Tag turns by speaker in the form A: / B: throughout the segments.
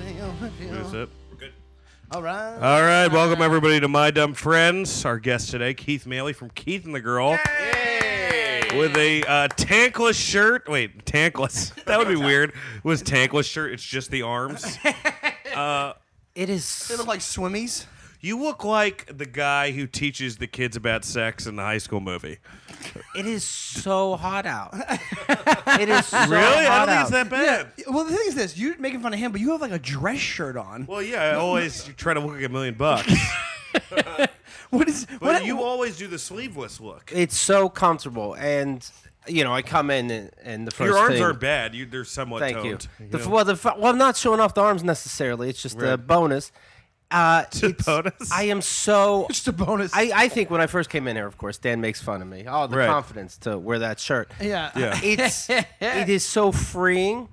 A: right. you
B: That's
C: Uh-huh.
A: know.
B: it. Uh,
D: We're good.
A: All right.
B: All right, welcome everybody to My Dumb Friends. Our guest today, Keith Maley from Keith and the Girl, with a uh, tankless shirt. Wait, tankless? That would be weird. It was tankless shirt? It's just the arms.
C: It
A: They
C: is.
A: look like swimmies.
B: You look like the guy who teaches the kids about sex in the high school movie.
C: It is so hot out. it is so
B: Really? I don't
C: hot
B: think it's that
C: out.
B: bad.
A: Well, the thing is this: you're making fun of him, but you have like a dress shirt on.
B: Well, yeah, I always try to look like a million bucks,
A: What is?
B: but
A: what
B: you always do the sleeveless look.
C: It's so comfortable, and you know, I come in and, and the first
B: Your arms
C: thing-
B: aren't bad. You, they're somewhat
C: Thank
B: toned.
C: you.
B: you
C: The, f
B: know?
C: well, the, f- well, I'm not showing off the arms necessarily. It's just a
B: Right.
C: bonus. Uh,
B: a
C: it's-
B: bonus?
C: I am so.
A: Just a bonus.
C: I, I think when I first came in here, of course, Dan makes fun of me. Oh, the
B: Right.
C: confidence to wear that shirt.
A: yeah.
B: yeah.
C: It's it is so freeing.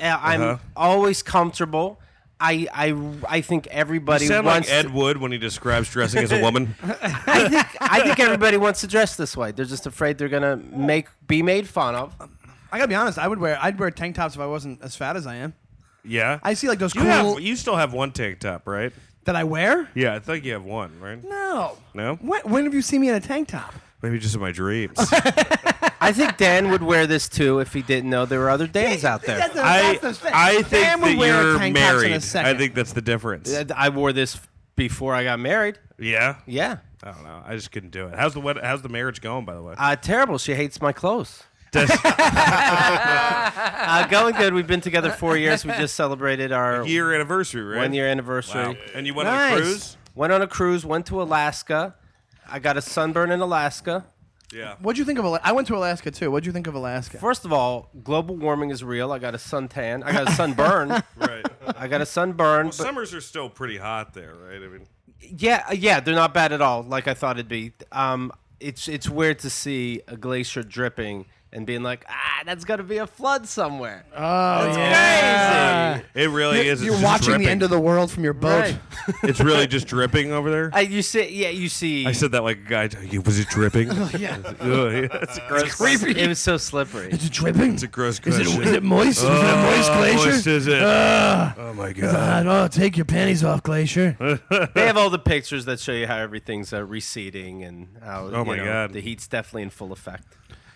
C: Uh, I'm
B: Uh-huh.
C: always comfortable. I I I think everybody
B: You sound
C: wants.
B: like Ed Wood when he describes dressing as a woman.
C: I think I think everybody wants to dress this way. They're just afraid they're gonna make be made fun of.
A: I gotta be honest. I would wear. I'd wear tank tops if I wasn't as fat as I am.
B: Yeah,
A: I see, like, those
B: you
A: cool-
B: Have, you still have one tank top, right?
A: That I wear?
B: Yeah, I think you have one, right?
A: No.
B: No?
A: When, when have you seen me in a tank top?
B: Maybe just in my dreams.
C: I think Dan would wear this too if he didn't know there were other Dans out there.
A: That's the-
B: I
A: that's the thing.
B: I think
A: Dan would
B: that
A: wear
B: you're
A: tank tops in a
B: married. I
A: second.
B: think that's the difference.
C: Uh, I wore this before I got married.
B: Yeah.
C: Yeah.
B: I don't know. I just couldn't do it. How's the wed- how's the marriage going, by the way?
C: Uh, terrible. She hates my clothes.
B: Does-
C: Uh, going good. We've been together four years. We just celebrated our
B: year anniversary, right?
C: one year anniversary.
B: Wow. And you went on a cruise?
C: Went on a cruise. Went to Alaska. I got a sunburn in Alaska.
B: Yeah.
A: What'd you think of? Ala- I went to Alaska too. What'd you think of Alaska?
C: First of all, global warming is real. I got a suntan. I got a sunburn.
B: Right.
C: I got a sunburn. but-
B: Summers are still pretty hot there, right? I mean,
C: yeah, uh, yeah, they're not bad at all. Like I thought it'd be. Um, it's it's weird to see a glacier dripping and being like, ah, that's gonna be a flood somewhere.
A: oh
B: it really
A: You're,
B: is. It's
A: you're
B: just
A: watching
B: dripping.
A: the end of the world from your boat.
C: Right.
B: It's really just dripping over there.
C: Uh, you see, yeah, you see.
B: I said that like a guy. Was it dripping? yeah. It's a gross.
A: creepy.
C: It was so slippery.
A: Is it dripping?
B: It's a gross
A: is
B: question.
A: it, is it moist? is it a moist
B: Oh,
A: glacier?
B: moist is it?
A: Ah.
B: oh my
A: God,
B: god.
A: oh, take your panties off, glacier.
C: They have all the pictures that show you how everything's uh, receding and how you
B: Oh my
C: know,
B: God.
C: the heat's definitely in full effect.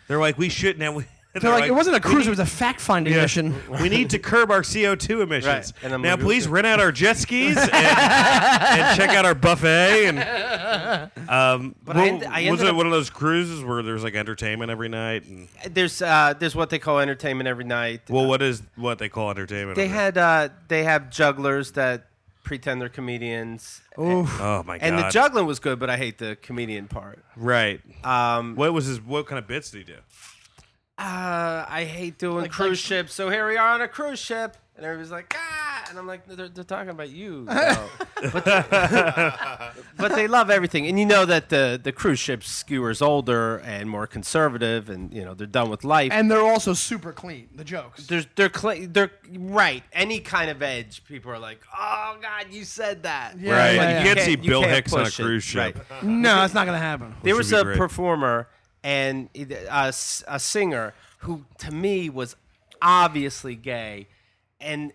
B: They're like, we shouldn't have. They're,
A: They're like, it wasn't a cruise; it was a fact-finding
B: Yeah.
A: mission.
B: We need to curb our CO2 emissions.
C: Right, and I'm
B: Now,
C: like,
B: please
C: okay.
B: rent out our jet skis and, and check out our buffet. And um,
C: I
B: well,
C: end- I
B: was
C: ended
B: it
C: up-
B: one of those cruises where there's like entertainment every night? And
C: There's uh, there's what they call entertainment every night.
B: well, what is what they call entertainment?
C: they
B: over
C: had uh, they have jugglers that pretend they're comedians.
B: there? Oh my god!
C: And the juggling was good, but I hate the comedian part.
B: right?
C: Um,
B: what was his? What kind of bits did he do?
C: uh, I hate doing cruise ships. So here we are on a cruise ship, and everybody's like, ah, and I'm like, they're, they're talking about you. though." but, but they love everything, and you know that the the cruise ship skewers older and more conservative, and you know they're done with life.
A: And they're also super clean. The jokes.
C: there's they're cla they're right. Any kind of edge, people are like, oh God, you said that.
A: Yeah,
B: right.
A: yeah,
B: you
A: yeah.
B: can't see
C: You can't- you
B: Bill
C: can't
B: Hicks on a
C: push it.
B: cruise ship.
C: Right.
A: No, that's not gonna happen.
C: there
B: would
C: was
B: be
C: a
B: great.
C: performer and it- a, s- a singer who to me was obviously gay and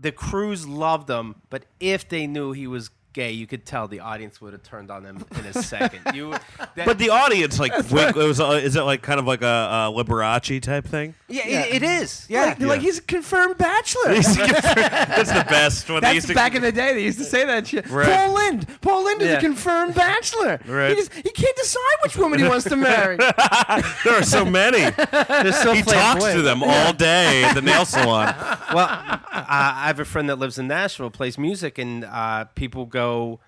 C: the crews loved him but if they knew he was gay you could tell the audience would have turned on him in a second you that,
B: But the audience, like, wink, it was, uh, is it like kind of like a uh, Liberace type thing?
C: yeah, it-
A: Yeah.
C: it is yeah
A: Like, they're like he's a confirmed bachelor.
B: That's the best. When they
A: That's
B: used to-
A: back in the day. They used to say that shit.
B: Right.
A: Paul Lind. Paul Lind is
C: Yeah.
A: a confirmed bachelor.
B: Right.
A: He, just, he can't decide which woman he wants to marry.
B: there are so many. He
C: they're so
B: talks to
C: flamboyant.
B: them all day at the nail salon.
C: well, uh, I have a friend that lives in Nashville, plays music, and uh, people go,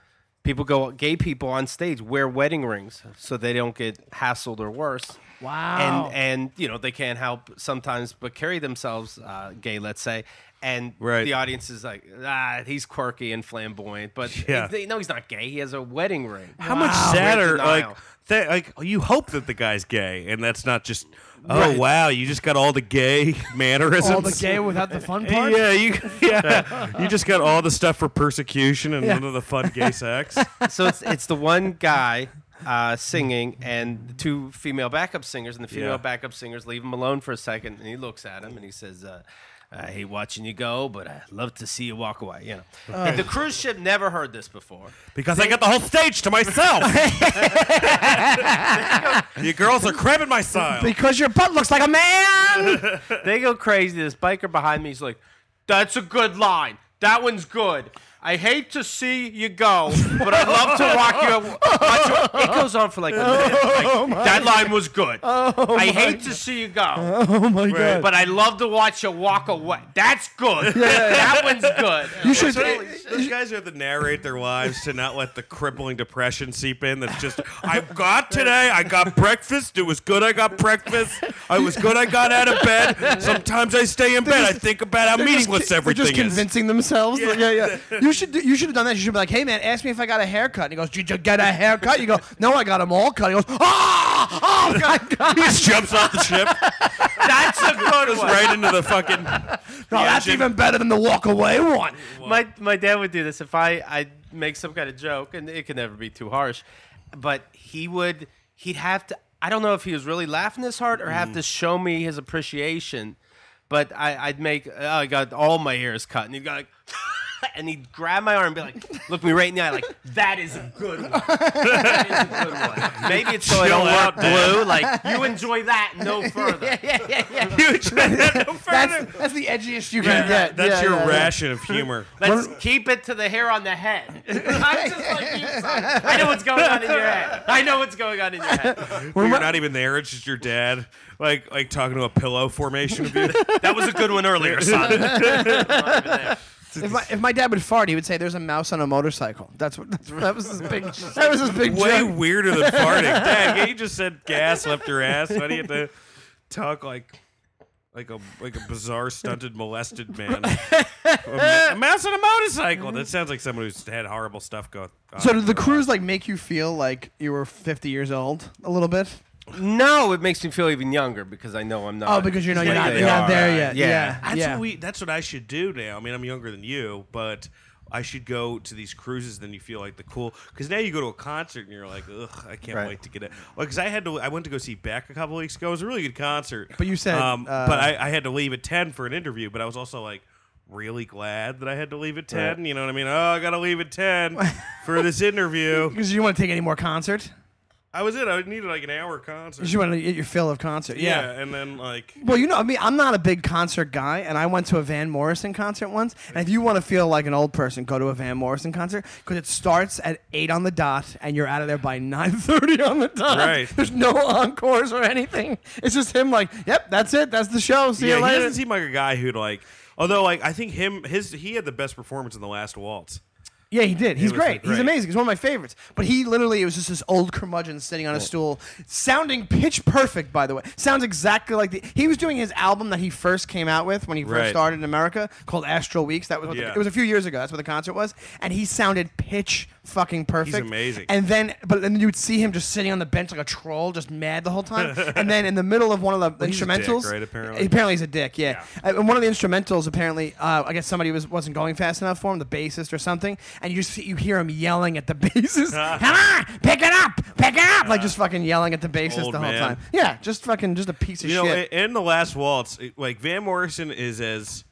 C: people go, gay people on stage wear wedding rings so they don't get hassled or worse.
A: Wow.
C: And and you know they can't help sometimes but carry themselves uh, gay, let's say. And
B: Right.
C: the audience is like, ah, he's quirky and flamboyant, but
B: Yeah.
C: they know he's not gay. He has a wedding ring.
B: How much sadder?
C: Great
B: Like,
C: denial.
B: th- like you hope that the guy's gay, and that's not just. Oh
C: Right.
B: wow! You just got all the gay mannerisms.
A: All the gay without the fun part.
B: Yeah, you. Yeah, you just got all the stuff for persecution and
A: Yeah.
B: none of the fun gay sex.
C: so it's it's the one guy uh, singing and the two female backup singers, and the female
B: Yeah.
C: backup singers leave him alone for a second, and he looks at him and he says, uh, I hate watching you go, but I love to see you walk away. You know, and the cruise ship never heard this before.
B: Because I got the whole stage to myself. you girls are cramming my style.
D: Because your butt looks like a man.
C: They go crazy. This biker behind me is like, "That's a good line. That one's good. I hate to see you go, but I love to walk you." Watch you it goes on for like a
D: Oh
C: minute. Like, that line was good. I hate to see you go.
D: oh my god.
C: But I love to watch you walk away. That's good. that one's good.
D: you should.
B: Those guys who have to narrate their lives to not let the crippling depression seep in. That's just, I got today, I got breakfast. It was good, I got breakfast. I was good, I got out of bed. Sometimes I stay in bed. I think about how meaningless
D: They're
B: everything
D: just
B: is.
D: convincing themselves. Yeah, yeah. You should. do- You should have done that. You should be like, "Hey, man, ask me if I got a haircut." And he goes, "Did you get a haircut?" You go, "No, I got them all cut." He goes, "Ah, oh my god."
B: He just jumps off the ship.
C: That's a good
B: Goes
C: one.
B: right into the fucking.
D: No, Oh, that's
B: engine.
D: even better than the walk away one.
C: My my dad would do this if I I make some kind of joke, and it could never be too harsh, but he would he'd have to. I don't know if he was really laughing this hard or have to show me his appreciation, but I, I'd make oh, I got all my hairs cut, and he'd go like, and he'd grab my arm and be like, look me right in the eye, like that is a good one. That is a good one. Maybe it's so I
B: Chill
C: don't
B: out,
C: look blue. Like you enjoy that no further.
D: That's that's the edgiest you can get.
B: That- that's
D: Yeah,
B: your
D: yeah, yeah.
B: ration of humor.
C: Let's keep it to the hair on the head. I'm just like you, son. I know what's going on in your head. I know what's going on in your head.
B: You're not even there. It's just your dad, like like talking to a pillow formation of you.
C: That was a good one earlier, son.
D: If my, if my dad would fart, he would say, "There's a mouse on a motorcycle." That's what. That's, that was his big. That was his big
B: Way
D: joke.
B: weirder than farting. Dad, yeah, you just said gas left your ass. Why do you have to talk like like a like a bizarre stunted molested man? a, ma- a mouse on a motorcycle. That sounds like someone who's had horrible stuff go. uh, on
D: So did
B: in
D: the
B: their
D: cruise
B: life.
D: like make you feel like you were 50 years old a little bit?
C: No, it makes me feel even younger because I know I'm not.
D: Oh, because you know you're
C: Yeah,
D: not,
C: they
D: you're not
C: are.
D: there yet.
C: Yeah.
D: Yeah,
B: That's
D: yeah.
B: what we. That's what I should do now. I mean, I'm younger than you, but I should go to these cruises. Then you feel like the cool because now you go to a concert and you're like, ugh, I can't
C: Right.
B: wait to get it. Well, because I had to. I went to go see Beck a couple weeks ago. It was a really good concert.
D: But you said,
B: um,
D: uh,
B: but I, I had to leave at ten for an interview. But I was also like. Really glad that I had to leave at ten. You know what I mean? Oh, I gotta leave at ten for this interview.
D: Because you didn't want to take any more concert.
B: I was it. I needed like an hour concert.
D: You want to get your fill of concert. Yeah.
B: yeah, and then like
D: Well, you know, I mean, I'm not a big concert guy, and I went to a Van Morrison concert once. And if you want to feel like an old person, go to a Van Morrison concert because it starts at eight on the dot, and you're out of there by nine thirty on the dot.
B: Right.
D: There's no encores or anything. It's just him, like, yep, that's it, that's the show. See you
B: yeah, he
D: later.
B: doesn't seem like a guy who'd like. Although, like, I think him his he had the best performance in the last waltz.
D: Yeah, he did. He's
B: was, like,
D: great. He's
B: great.
D: amazing. He's one of my favorites. But he literally it was just this old curmudgeon sitting on a stool, sounding pitch perfect. By the way, sounds exactly like the he was doing his album that he first came out with when he first
B: Right.
D: started in America called Astral Weeks. That was what the-
B: Yeah.
D: it was a few years ago. That's what the concert was, and he sounded pitch fucking perfect.
B: amazing.
D: And then, but then you'd see him just sitting on the bench like a troll, just mad the whole time. and then in the middle of one of the
B: he's a dick,
D: instrumentals,
B: right, apparentally?
D: apparently he's a dick. Yeah. Uh, And one of the instrumentals apparently, uh, I guess somebody was wasn't going fast enough for him, the bassist or something, and you just you hear him yelling at the bassist, "Come on, pick it up, pick it up!" like just fucking yelling at the bassist
B: Old
D: the whole
B: man.
D: time. Yeah, just fucking just a piece of
B: You
D: shit.
B: know, i- in the last waltz, it- like Van Morrison is as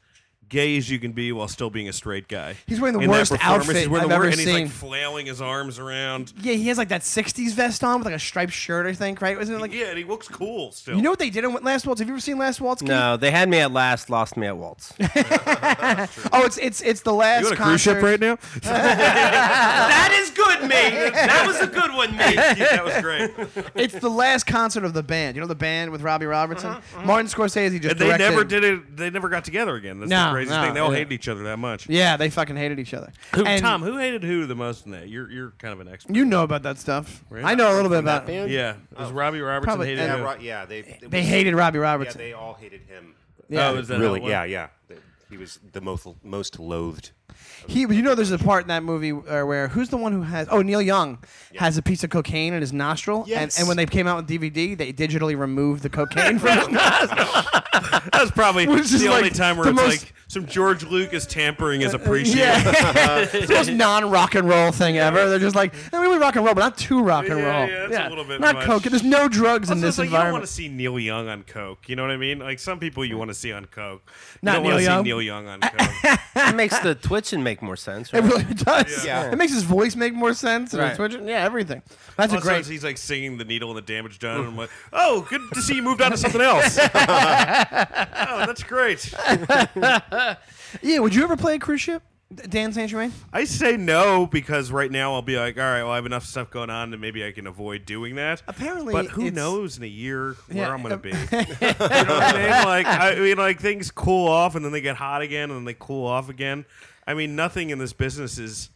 B: gay as you can be while still being a straight guy.
D: He's wearing the
B: In that
D: worst
B: performance,
D: outfit
B: he's wearing the
D: I've
B: wor-
D: ever
B: and he's
D: seen.
B: like flailing his arms around.
D: yeah, he has like that '60s vest on with like a striped shirt, I think. Right? Wasn't it like?
B: yeah, and he looks cool still.
D: You know what they did in Last Waltz? Have you ever seen Last Waltz? Keith?
C: No, they had me at last, lost me at waltz.
D: Oh, it's it's it's the last
B: You on a
D: concert.
B: cruise ship right now?
C: that is good, me. That was a good one, me.
B: Yeah, that was great.
D: It's the last concert of the band. You know the band with Robbie Robertson, Martin Scorsese just.
B: Uh-huh, And they
D: directed.
B: never did it. They never got together again. That's
D: No,
B: the craziest
D: no,
B: thing. They all
D: yeah.
B: hated each other that much.
D: Yeah, they fucking hated each other.
B: Who,
D: And
B: Tom, who hated who the most in that? You're you're kind of an expert.
D: you know about that stuff.
B: Really?
D: I know a little bit about. it.
E: band?
B: yeah, it was Robbie Robertson
D: Oh. Probably-
B: hated
E: Yeah,
B: who?
E: Ro- yeah, they it
D: They
E: was-
D: hated Robbie
E: Yeah,
D: Robertson.
E: they all hated him.
B: Oh, is that how
E: really?
B: it was?
E: Yeah, yeah. They- He was the most most loathed.
D: He, you know, there's a part in that movie uh, where who's the one who has? Oh, Neil Young has a piece of cocaine in his nostril. And,
E: Yes.
D: and when they came out with DVD, they digitally removed the cocaine from his nostril.
B: That's probably
D: Which is
B: the only
D: like
B: time where
D: the
B: it's
D: most- Uh,
B: like some George Lucas tampering is appreciated.
D: Yeah, it's the most non-rock and roll thing ever. They're just like, I mean, we rock and roll, but not too rock and
B: Yeah,
D: roll.
B: yeah, that's a little bit
D: not
B: much.
D: coke. There's no drugs in
B: Also, it's
D: this
B: like you don't want
D: environment.
B: to see Neil Young on coke. You know what I mean? Like some people you want to see on coke. You
D: Not
B: don't want to
D: Neil
B: see
D: Young.
B: Neil Young on coke.
C: It makes the twitching make more sense.
D: It
C: Right?
D: really does.
E: Yeah. Yeah.
D: It makes his voice make more sense. And
C: Right.
D: his twitching- yeah, everything. That's a
B: also,
D: great.
B: he's like singing the needle and the damage done. And I'm like, oh, good to see you moved on to something else. oh, that's great.
D: Yeah, would you ever play a cruise ship, D- Dan Saint Germain?
B: I say no because right now I'll be like, all right, well, I have enough stuff going on that maybe I can avoid doing that.
D: Apparently,
B: but who
D: it's-
B: knows in a year where
D: Yeah,
B: I'm going to
D: um,
B: be? you know what I mean? Like, I mean, like things cool off and then they get hot again and then they cool off again. I mean, nothing in this business is.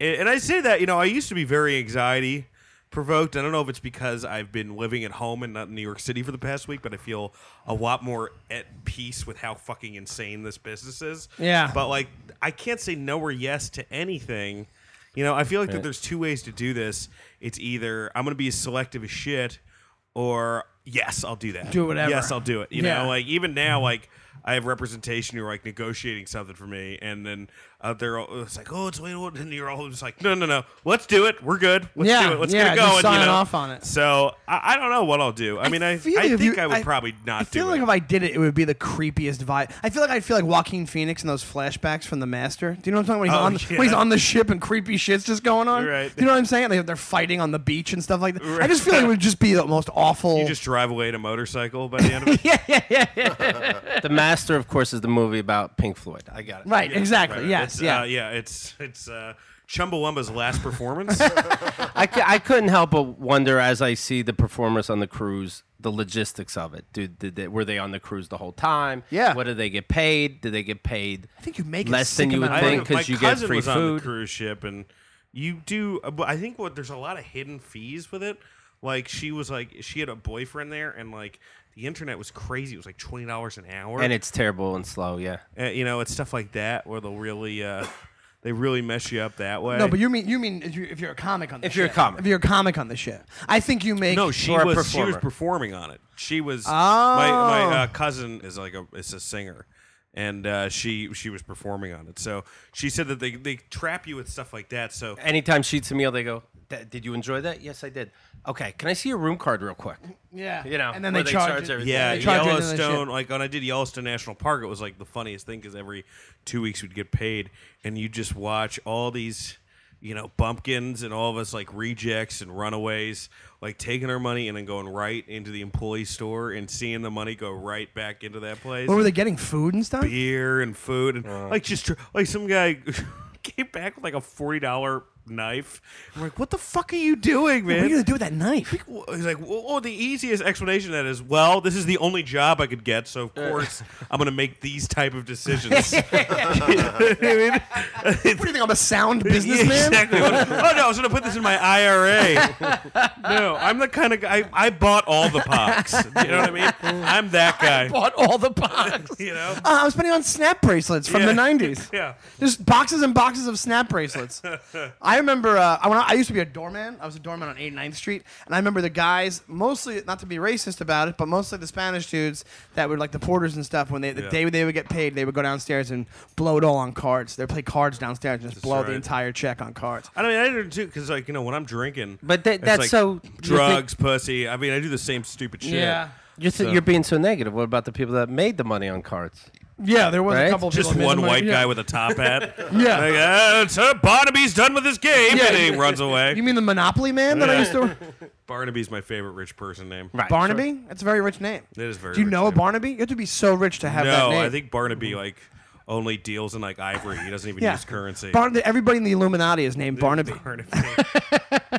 B: And and I say that, you know, I used to be very anxiety provoked. I don't know if it's because I've been living at home and not in New York City for the past week, but I feel a lot more at peace with how fucking insane this business is.
D: Yeah.
B: But like, I can't say no or yes to anything. You know, I feel like that there's two ways to do this. It's either I'm going to be as selective as shit, or yes, I'll do that.
D: Do whatever.
B: Yes, I'll do it. You
D: Yeah.
B: know, like even now, like I have representation who are like negotiating something for me, and then uh, they're all, it's like, oh, it's wait, what? And you're all just like, no, no, no, let's do it. We're good. Let's
D: Yeah,
B: do it. Let's
D: yeah,
B: get it
D: just
B: going. you
D: sign
B: know?
D: off on it.
B: So I, I don't know what I'll do. I mean, I, I,
D: feel like if
B: think
D: you-
B: I would probably not.
D: I feel
B: do
D: like
B: it.
D: if I did it, it would be the creepiest vibe. I feel like I'd feel like Joaquin Phoenix in those flashbacks from The Master. Do you know what I'm talking about? When he's, on,
B: Oh, yeah.
D: when he's on the ship and creepy shit's just going on.
B: Right.
D: Do you know what I'm saying? They, they're fighting on the beach and stuff like that. I just feel like it would just be the most awful.
B: you just drive away in a motorcycle by the end of it.
C: The Master, of course, is the movie about Pink Floyd. I got it.
D: right, exactly. Yes,
B: It's,
D: yeah.
B: uh, yeah. It's it's uh, Chumbawamba's last performance.
C: I, cou- I couldn't help but wonder as I see the performers on the cruise, the logistics of it. Dude, did they, were they on the cruise the whole time?
D: Yeah.
C: What did they get paid? Did they get paid?
D: I think you make a
C: less
D: sick
C: than you would
D: amount of
C: think
B: My
C: because you get
B: cousin
C: free
B: was on the
C: food.
B: cruise ship, and you do. uh, but I think what there's a lot of hidden fees with it. Like she was like she had a boyfriend there, and like the internet was crazy. It was like twenty dollars an hour,
C: And it's terrible and slow. Yeah.
B: Uh, you know it's stuff like that where they'll really uh, they really mess you up that way.
D: No, but you mean you mean if you're, if you're a comic on the
C: If you're a
D: ship.
C: comic.
D: if you're a comic on the ship, I think you make
B: No, she
C: or a
B: was she was
C: performer. Oh.
B: performing on it. She was my my uh, cousin is like a is a singer, and uh, she she was performing on it. So she said that they they trap you with stuff like that. So
C: Anytime she's a meal, they go, "Th- Did you enjoy that? Yes, I did. Okay. Can I see your room card real quick?
D: yeah,
C: You know,
D: and then
C: where
D: they,
C: they
D: charge,
C: charge
D: it.
C: everything.
B: Yeah,
D: They charge you into the
B: Yellowstone.
D: ship.
B: Like when I did Yellowstone National Park, it was like the funniest thing because every two weeks we'd get paid, and you just watch all these, you know, bumpkins and all of us like rejects and runaways, like taking our money and then going right into the employee store and seeing the money go right back into that place
D: What were they getting? Food and stuff.
B: beer and food and like just tr- like some guy came back with like a forty dollar knife. I'm like, what the fuck are you doing, man?
D: What are you gonna do with that knife?
B: Well, He's like, well, well, the easiest explanation of that is, well, this is the only job I could get, so of course I'm going to make these type of decisions. You know what I mean?
D: What do you think? I'm a sound
B: Yeah,
D: businessman.
B: exactly. oh no, I was going to put this in my IRA. no, I'm the kind of guy. I bought all the pox. You know what I mean? I'm that guy.
D: Bought all the box.
B: you know?
D: Uh, I was spending on snap bracelets from
B: Yeah.
D: the '90s.
B: Yeah.
D: just boxes and boxes of snap bracelets. I remember uh, I, when I, I used to be a doorman. I was a doorman on 89th Street, and I remember the guys, mostly not to be racist about it, but mostly the Spanish dudes that were like the porters and stuff. When they the
B: Yeah.
D: day they would get paid, they would go downstairs and blow it all on cards. They'd play cards downstairs and just blow the
B: right.
D: entire check on cards.
B: I mean, I do too, because like you know, when I'm drinking,
C: But that-
B: it's
C: that's
B: like
C: so- you
B: drugs, pussy. I mean, I do the same stupid shit.
D: Yeah.
C: You're, th-
B: So-
C: you're being so negative. What about the people that made the money on cards?
D: Yeah, there was
C: Right?
D: a couple. of
B: Just
D: people
B: one
D: missing my-
B: white
D: yeah.
B: guy with a top hat.
D: Yeah.
B: Like, uh, Sir Barnaby's done with his game.
D: Yeah.
B: and he runs away.
D: You mean the Monopoly man that I used to?
B: Barnaby's my favorite rich person name.
C: Right.
D: Barnaby? That's a very rich name.
B: It is a very
D: Do you
B: rich
D: know
B: name.
D: a Barnaby? You have to be so rich to have that
B: No,
D: name.
B: I think Barnaby like only deals in like ivory. He doesn't even
D: yeah.
B: use currency.
D: Barn- everybody in the Illuminati is named Barnaby.
B: Barnaby.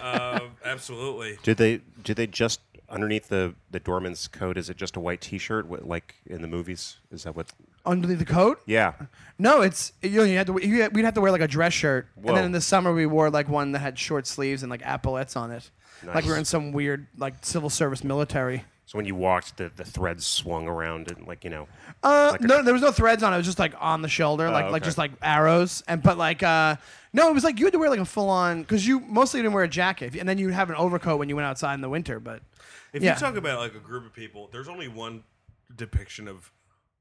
B: um, absolutely.
E: Did they? Did they just underneath the the doorman's coat? Is it just a white T-shirt, what, like in the movies? Is that what?
D: Underneath the coat?
E: Yeah.
D: No, it's you, know, you had to. You had, we'd have to wear like a dress shirt, and
E: Whoa.
D: then in the summer we wore like one that had short sleeves and like epaulettes on it, like we were
E: Nice.
D: in some weird like civil service military.
E: So when you walked, the the threads swung around and like you know.
D: Uh,
E: like a-
D: no, there was no threads on it. It was just like on the shoulder, like like
E: okay.
D: just like arrows. And but like uh, no, it was like you had to wear like a full on because you mostly didn't wear a jacket, and then you'd have an overcoat when you went outside in the winter. But
B: If
D: yeah.
B: you talk about like a group of people, there's only one depiction of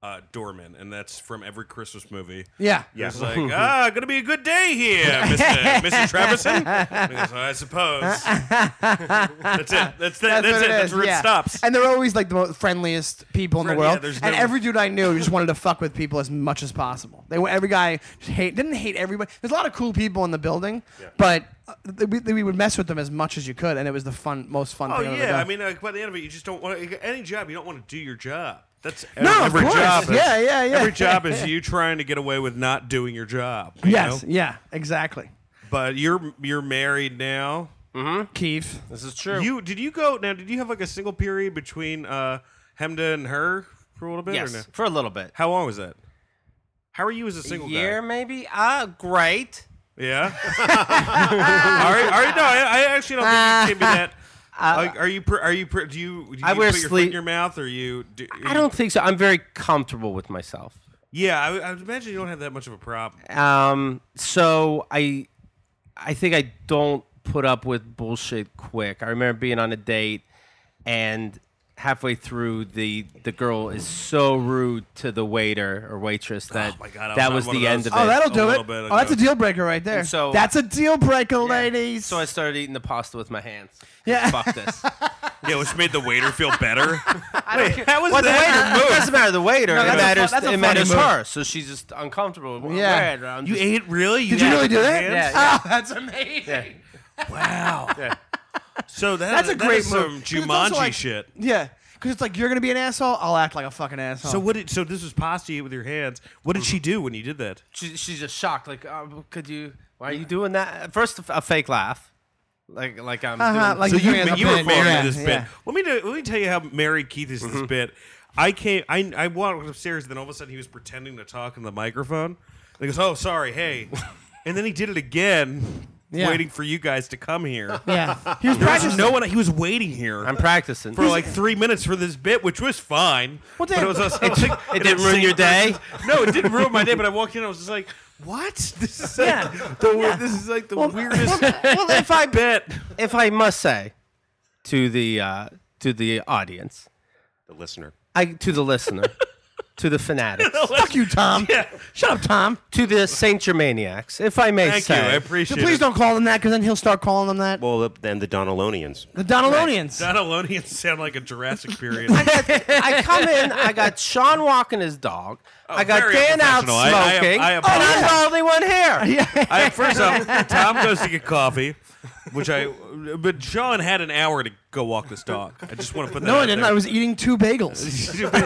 B: uh, doorman, and that's from every Christmas movie.
D: Yeah.
E: Yeah.
B: It's like, ah, gonna be a good day here, Mr. Mr. Treverson. He goes, I suppose. that's it. That's, that, that's,
D: what
B: it. That's
D: is,
B: where
D: yeah.
B: it stops.
D: And they're always like the most friendliest people in
B: Friend-
D: the
B: yeah,
D: world.
B: there's
D: and
B: no-
D: every dude I knew just wanted to fuck with people as much as possible. They were every guy just hate didn't hate everybody. There's a lot of cool people in the building, but uh, th- we, we would mess with them as much as you could, and it was the fun most fun
B: Oh
D: thing. I've ever
B: yeah,
D: done.
B: I mean, like, by the end of it, you just don't want to, any job. You don't want to do your job. That's
D: No, of
B: every
D: course.
B: job. is-
D: Yeah, yeah, yeah.
B: Every job is you trying to get away with not doing your job. you
D: yes,
B: know?
D: yeah, exactly.
B: But you're you're married now.
D: Keith,
C: This is true.
B: You did you go now? Did you have like a single period between uh, Hemda and her for a little bit? Or no?
C: yes, for a little bit.
B: How long was that? How are you as a single
C: year
B: guy?
C: maybe? Ah, great.
B: Yeah. are, you- are you? No, I, I actually don't think you can be that. like, are you? Pr- are you? Pr- do you? Do you
C: I wear
B: put your foot in
C: sleeve-
B: your mouth, or you? Do,
C: I don't think so. I'm very comfortable with myself.
B: Yeah, I, I would imagine you don't have that much of a problem.
C: Um, so I, I think I don't put up with bullshit quick. I remember being on a date, and halfway through, the the girl is so rude to the waiter or waitress that
B: Oh my God, I was
C: that
B: on
C: was
B: one
C: the
B: of
C: end
B: those.
C: of it.
D: oh, that'll
B: A
D: do
B: little
D: it.
B: bit
D: Oh,
B: ago.
D: that's a deal breaker right there.
C: And so- uh,
D: that's a deal breaker, ladies.
C: so I started eating the pasta with my hands.
D: Yeah.
C: Fuck this.
B: Yeah, which made the waiter feel better.
C: Wait,
B: that was
C: Well, the
B: that
C: waiter. It doesn't matter the waiter.
D: that's
C: it
D: a
C: matters.
D: fu- that's a
C: it matters
D: funny move.
C: her. So she's just uncomfortable. Well,
D: Yeah.
C: wear it around.
B: You
C: Just-
B: ate really?
D: Did you really do that?
C: Yeah,
D: Oh, that's amazing.
C: yeah.
B: Wow. So that,
D: That's a
B: that
D: great
B: is
D: move.
B: Some
D: 'Cause it's
B: Jumanji
D: also like-
B: shit.
D: Yeah, because it's like you're gonna be an asshole. I'll act like a fucking asshole.
B: So what? Did, so this was pasta you ate with your hands. What did she do when you did that?
C: She, she's just shocked. Like, oh, could you? Why are you doing that? First, a fake laugh. Like, like I'm.
D: Uh-huh,
C: doing,
D: like
B: So you,
D: doing
B: you
D: a
B: were
D: bit,
B: born
D: yeah,
B: to this bit.
D: yeah.
B: Let me do, let me tell you how married Keith is to this bit. I came. I I walked upstairs, and then all of a sudden he was pretending to talk in the microphone. And he goes, "Oh, sorry, hey," and then he did it again,
D: Yeah.
B: waiting for you guys to come here.
D: Yeah, he was
B: There was
D: practicing.
B: no one. He was waiting here
C: I'm practicing.
B: for like three minutes for this bit, which was fine.
D: Well,
B: but
D: damn.
B: it was also like,
C: it didn't ruin your day?
B: No, it didn't ruin my day. But I walked in, I was just like, "What? This is like
D: Yeah.
B: the this is like the weirdest
C: well, if I
B: bit."
C: if I must say, to the uh, to the audience,
E: The listener.
C: I to the listener, to the fanatics,
D: Fuck you, Tom. Shut up, Tom.
C: to the Saint Germaniacs, if I may
B: Thank you,
C: say,
B: I appreciate
D: Please
B: it.
D: don't call them that, because then he'll start calling them that.
E: Well, then the Donalonians.
D: The Donalonians.
B: Donalonians sound like a Jurassic period.
C: I come in, I got Sean walking his dog, I got
B: Oh, very
C: Dan out
B: unprofessional. I- I-
C: smoking,
B: I
C: and I'm the only one here.
B: I, first off, Tom goes to get coffee, which I. But Sean had an hour to go walk this dog. I just want to put that.
D: no,
B: out
D: I didn't.
B: There.
D: I was eating two bagels.
B: you could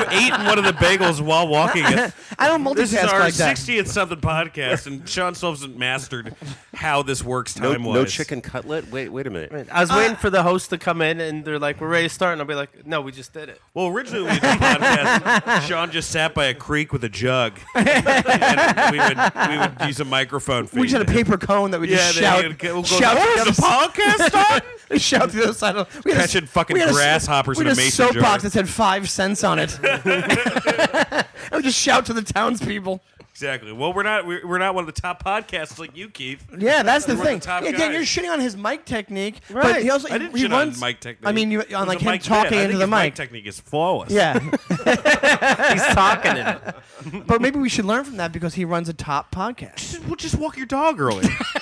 B: have eaten one of the bagels while walking it.
D: I don't multitask
B: This is our
D: like that.
B: 60th something podcast, and Sean still hasn't mastered how this works
E: No,
B: time wise.
E: no chicken cutlet. Wait, wait a minute.
C: I was
D: Uh,
C: waiting for the host to come in, and they're like, "We're ready to start," and I'll be like, "No, we just did it."
B: Well, originally when we did the podcast, Sean just sat by a creek with a jug. and we would, we would use a microphone feed.
D: We just had a paper cone that we
B: Yeah,
D: just
B: they
D: shout,
B: had- we'll go,
D: shout
B: "What
D: to
B: is the podcast on?
D: They shout to the other side. Of, we had
B: Catching
D: s-
B: fucking
D: we had a s-
B: grasshoppers
D: we
B: in
D: had
B: a mason jar.
D: soapbox that said five cents on it. and we just shout to the townspeople.
B: Exactly. Well, we're not we're, we're not one of the top podcasts like you, Keith.
D: Yeah, that's the
B: We're
D: thing.
B: the top
D: yeah, Dan,
B: guys.
D: you're shitting on his mic technique. But
C: Right.
D: he also,
B: I didn't
D: he
B: shit on
D: runs,
B: his mic technique.
D: I mean, you,
B: It
D: on
B: was
D: like
B: a
D: him
B: mic bit. I
D: talking
B: think
D: into the
B: his
D: mic.
B: technique is flawless.
D: yeah,
C: He's talking in it.
D: but maybe we should learn from that because he runs a top podcast.
B: Just- We'll just walk your dog early.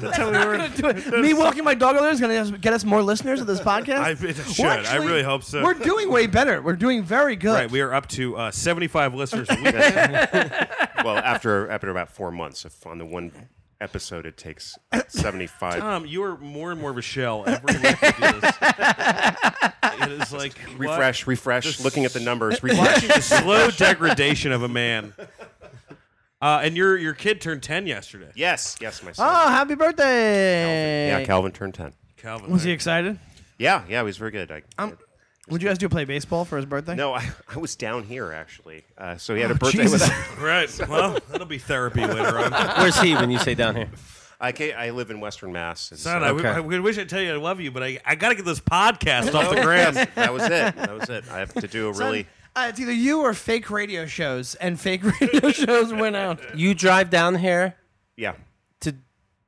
B: That's how we were.
D: Me walking my dog over there is going to get us more listeners of this podcast.
B: I, it should. I
D: actually-
B: really hope so.
D: We're doing way better. We're doing very good.
B: right. We are up to uh, 75 listeners. a week.
E: well, after after about four months, if on the one episode it takes seventy five.
B: Tom, you are more and more of a shell every week. we do this. It is like what?
E: Refresh, refresh. Looking at the numbers.
B: Watching
E: Refresh.
B: the slow degradation of a man. Uh, and your your kid turned 10 yesterday.
E: yes, yes, my son.
B: Ah,
D: Oh, happy birthday!
E: Yeah, Calvin turned ten.
B: Calvin.
D: Was
B: right?
D: he excited?
E: Yeah, yeah, he was very good. I,
B: Um,
D: Would you guys do play baseball for his birthday?
E: no, I, I was down here actually. Uh, so he
B: Oh,
E: had a birthday
D: Jesus.
E: with.
B: Right. Well, that'll be therapy later on.
C: Where's he when you say down here?
E: I, ca- I live in Western Mass. and
B: Son,
E: so-
B: I,
C: Okay.
B: I wish I'd tell you I love you, but I, I got to get this podcast off the ground.
E: Yes, that was it. That was it. I have to do a
D: Son,
E: really.
D: Uh, it's either you or fake radio shows, and fake radio shows went out.
C: You drive down here
E: Yeah.
C: to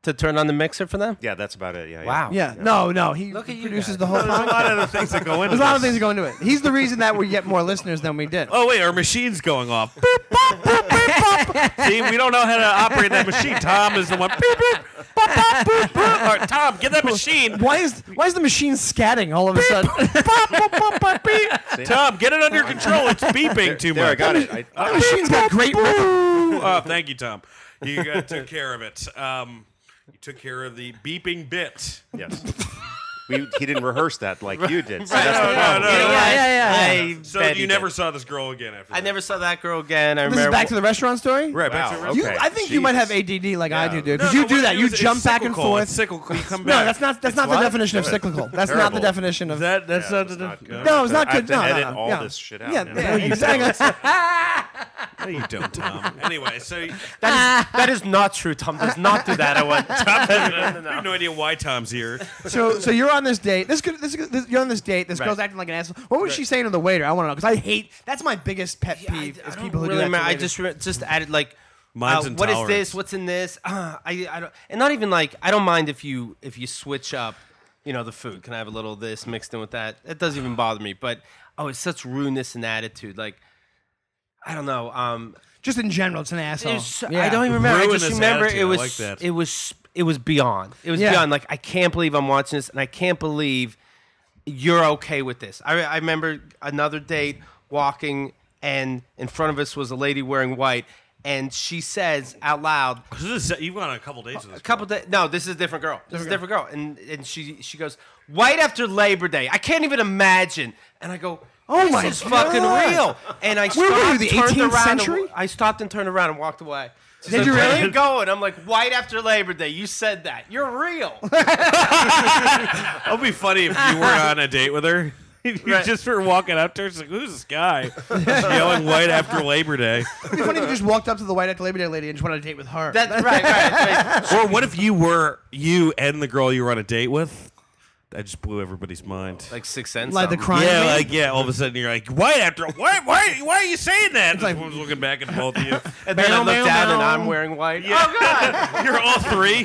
C: to turn on the mixer for them?
E: Yeah, that's about it. Yeah.
C: Wow.
D: Yeah. No, no. He
C: Look at you
D: produces
C: guys.
D: the whole
B: There's a
D: podcast.
B: lot of other things that go into
D: There's a lot of
B: this.
D: things that go into it. He's the reason that we get more listeners than we did.
B: Oh wait, our machine's going off. Beep, bop, boop, beep, bop. See, we don't know how to operate that machine. Tom is the one. Beep, beep, bop, bop, boop, boop. All right, Tom, get that machine.
D: Why is why is the machine scatting all of a sudden?
B: Bop, bop, bop, bop, beep. Tom, get it under control. It's beeping too
E: Yeah. There, I
B: much.
E: got it. I,
D: the machine's got great rhythm.
B: Oh, thank you, Tom. You uh, took care of it. Um, you took care of the beeping bit.
E: yes. We, he didn't rehearse that like you did. So that's
B: No,
E: the
B: no,
E: problem.
B: no, no.
D: yeah, yeah,
C: I
B: So
C: bet
B: you
C: he
B: never
C: did.
B: saw this girl again after
C: I
B: that.
C: never saw that girl again. I
D: This is
C: remember.
D: back to the restaurant story.
E: Right back to
B: Wow,
E: okay.
D: You, I think you might have ADD like I do, dude. Because
B: No,
D: you
B: no,
D: do
B: what
D: that.
B: it
D: You
B: is, it's
D: jump back and
B: cyclical.
D: forth.
B: It's cyclical. You come
D: No,
B: back.
D: that's not that's not the
E: what?
D: definition of cyclical. That's not the
E: Terrible.
D: definition of.
B: That, that's
E: Yeah,
B: not,
E: that's not good.
D: no, it's not
E: I have
D: good.
E: to
D: No,
E: edit
D: no, no,
E: all
D: yeah.
E: this shit out
D: Yeah,
E: now.
D: yeah, exactly.
B: No, you don't, Tom. anyway, so you-
C: That is, that is not true. Tom does not do that. I went. Tom does
B: I have no idea why Tom's here.
D: So, so you're on this date. This, could, this, could- this you're on this date. This
C: Right.
D: girl's acting like an asshole. What was she saying to the waiter? I want to know because I hate. That's my biggest pet peeve is people who
C: really
D: do that.
C: ma-
D: to
C: I
D: waiters.
C: just re- just added like.
B: Mine's
C: uh, what is
B: intolerance.
C: this? What's in this? Uh, I, I don't, and not even like I don't mind if you if you switch up, you know, the food. Can I have a little of this mixed in with that? That doesn't even bother me. But oh, it's such rudeness and attitude. Like I don't know. Um,
D: just in general, it's an asshole.
C: It's-
D: yeah.
C: I don't even remember. I just
B: Ruinous
C: remember
B: attitude.
C: it
B: I
C: was
B: like that.
C: it was it was beyond. It was
D: Yeah.
C: beyond. Like I can't believe I'm watching this, and I can't believe you're okay with this. I, I remember another date walking, and in front of us was a lady wearing white, and she says out loud,
B: This is- you went on a couple dates with this.
C: a couple days. No, this is a different girl. This is a different girl, and and she she goes right after Labor Day. I can't even imagine. And I go,
D: Oh
C: this
D: my
C: is fucking
D: God.
C: real. And I
D: Where
C: stopped,
D: were you, the
C: turned
D: 18th
C: around and-
D: century?
C: I stopped and turned around and walked away. She's
D: Did
C: like,
D: you
C: "Where
D: really?"
C: are you going? I'm like, right after Labor Day. You said that. You're real.
B: It would be funny if you were on a date with her. You just were walking up to her. She's like, who's this guy? Just yelling white after Labor Day.
D: It'd be funny if you just walked up to the white after Labor Day lady and just went on a date with her.
C: That's right, right. right.
B: Or what if you were you and the girl you were on a date with? That just blew everybody's mind.
C: Like six cents.
D: like the crime.
B: yeah,
D: man.
B: like yeah. All of a sudden you're like, white after why why why are you saying that? This
D: like-
B: woman's looking back at both of you.
C: And then I look
D: Meow, meow,
C: down and
D: meow.
C: I'm wearing white.
B: Yeah.
C: Oh god.
B: You're all three.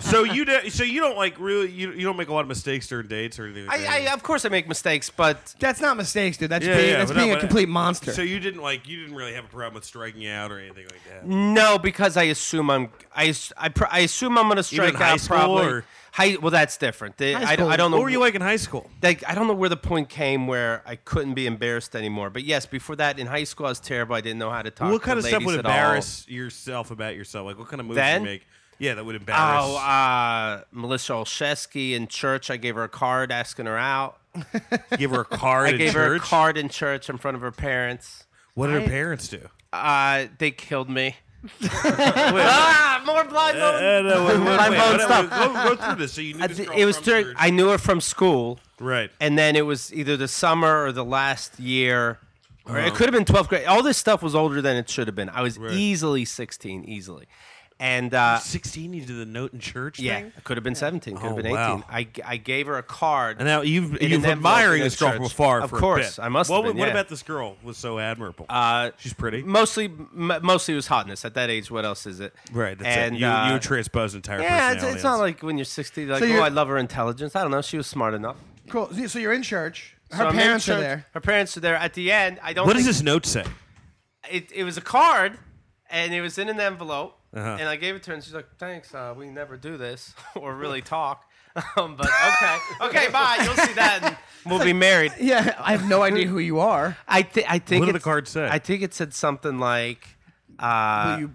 B: so you do, so you don't like really you, you don't make a lot of mistakes during dates or anything. Like that.
C: I, I, of course I make mistakes, but
D: that's not mistakes, dude. That's
B: Yeah,
D: being
B: yeah,
D: that's
B: but no,
D: being a
B: but-
D: complete monster.
B: So you didn't like you didn't really have a problem with striking out or anything like that.
C: No, because I assume I'm I as- I, pr- I assume I'm gonna strike
B: high
C: out
B: school,
C: probably.
B: or-
C: High, well, that's different. The-
D: High
C: I, don't- I
D: school.
C: don't know.
B: What were you like in high school?
C: Like, I don't know where the point came where I couldn't be embarrassed anymore. But yes, before that in high school, I was terrible. I didn't know how to talk.
B: What
C: to
B: kind of stuff
C: ladies
B: would
C: at all.
B: embarrass yourself about yourself? Like what kind of moves
C: Then?
B: you make? Yeah, that would embarrass.
C: Oh, uh, Melissa Olszewski in church. I gave her a card asking her out.
B: give her a card.
C: I
B: in
C: gave
B: church.
C: her a card in church in front of her parents.
B: What did her parents do?
C: Uh, they killed me. ah, more blood. more-
B: My
C: phone stopped.
B: Go, go through this. So you knew
C: I
B: Uh, this
C: th-
B: girl
C: it was
B: from
C: during.
B: church.
C: I knew her from school.
B: right.
C: and then it was either the summer or the last year or it could have been 12th grade all this stuff was older than it should have been i was easily 16 easily and uh,
B: Sixteen, you did the note in church.
C: yeah
B: thing?
C: it could have been 17 could have
B: Oh,
C: been 18
B: wow.
C: I, I gave her a card
B: And now you've
C: In
B: you've
C: an
B: been
C: envelope
B: admiring
C: in a
B: this girl from
C: church.
B: afar.
C: Of
B: for a
C: course,
B: bit.
C: I must have
B: What,
C: been,
B: what
C: yeah.
B: about this girl was so admirable?
C: uh,
B: She's pretty.
C: mostly m- mostly it was hotness at that age what else is it
B: right. That's
C: and
B: it. You,
C: uh,
B: you transpose entire.
C: yeah it's,
B: personality
C: it's
B: on
C: not
B: this.
C: like when you're 16 like
D: So
C: oh
D: you're-
C: i love her intelligence i don't know she was smart enough
D: cool. So you're in church. Her
C: So I'm in
D: parents are
C: church.
D: there.
C: her parents are there at the end i don't
B: What
C: think
B: does this note say?
C: it, it was a card and it was in an envelope and i gave it to her and she's like thanks uh, we never do this or really talk um, but okay okay bye you'll see that and we'll be married
D: Yeah, I have no idea who you are.
C: i, th- I think
B: What did the
C: it's-
B: card say?
C: i think it said something like
B: Uh,
D: Will you,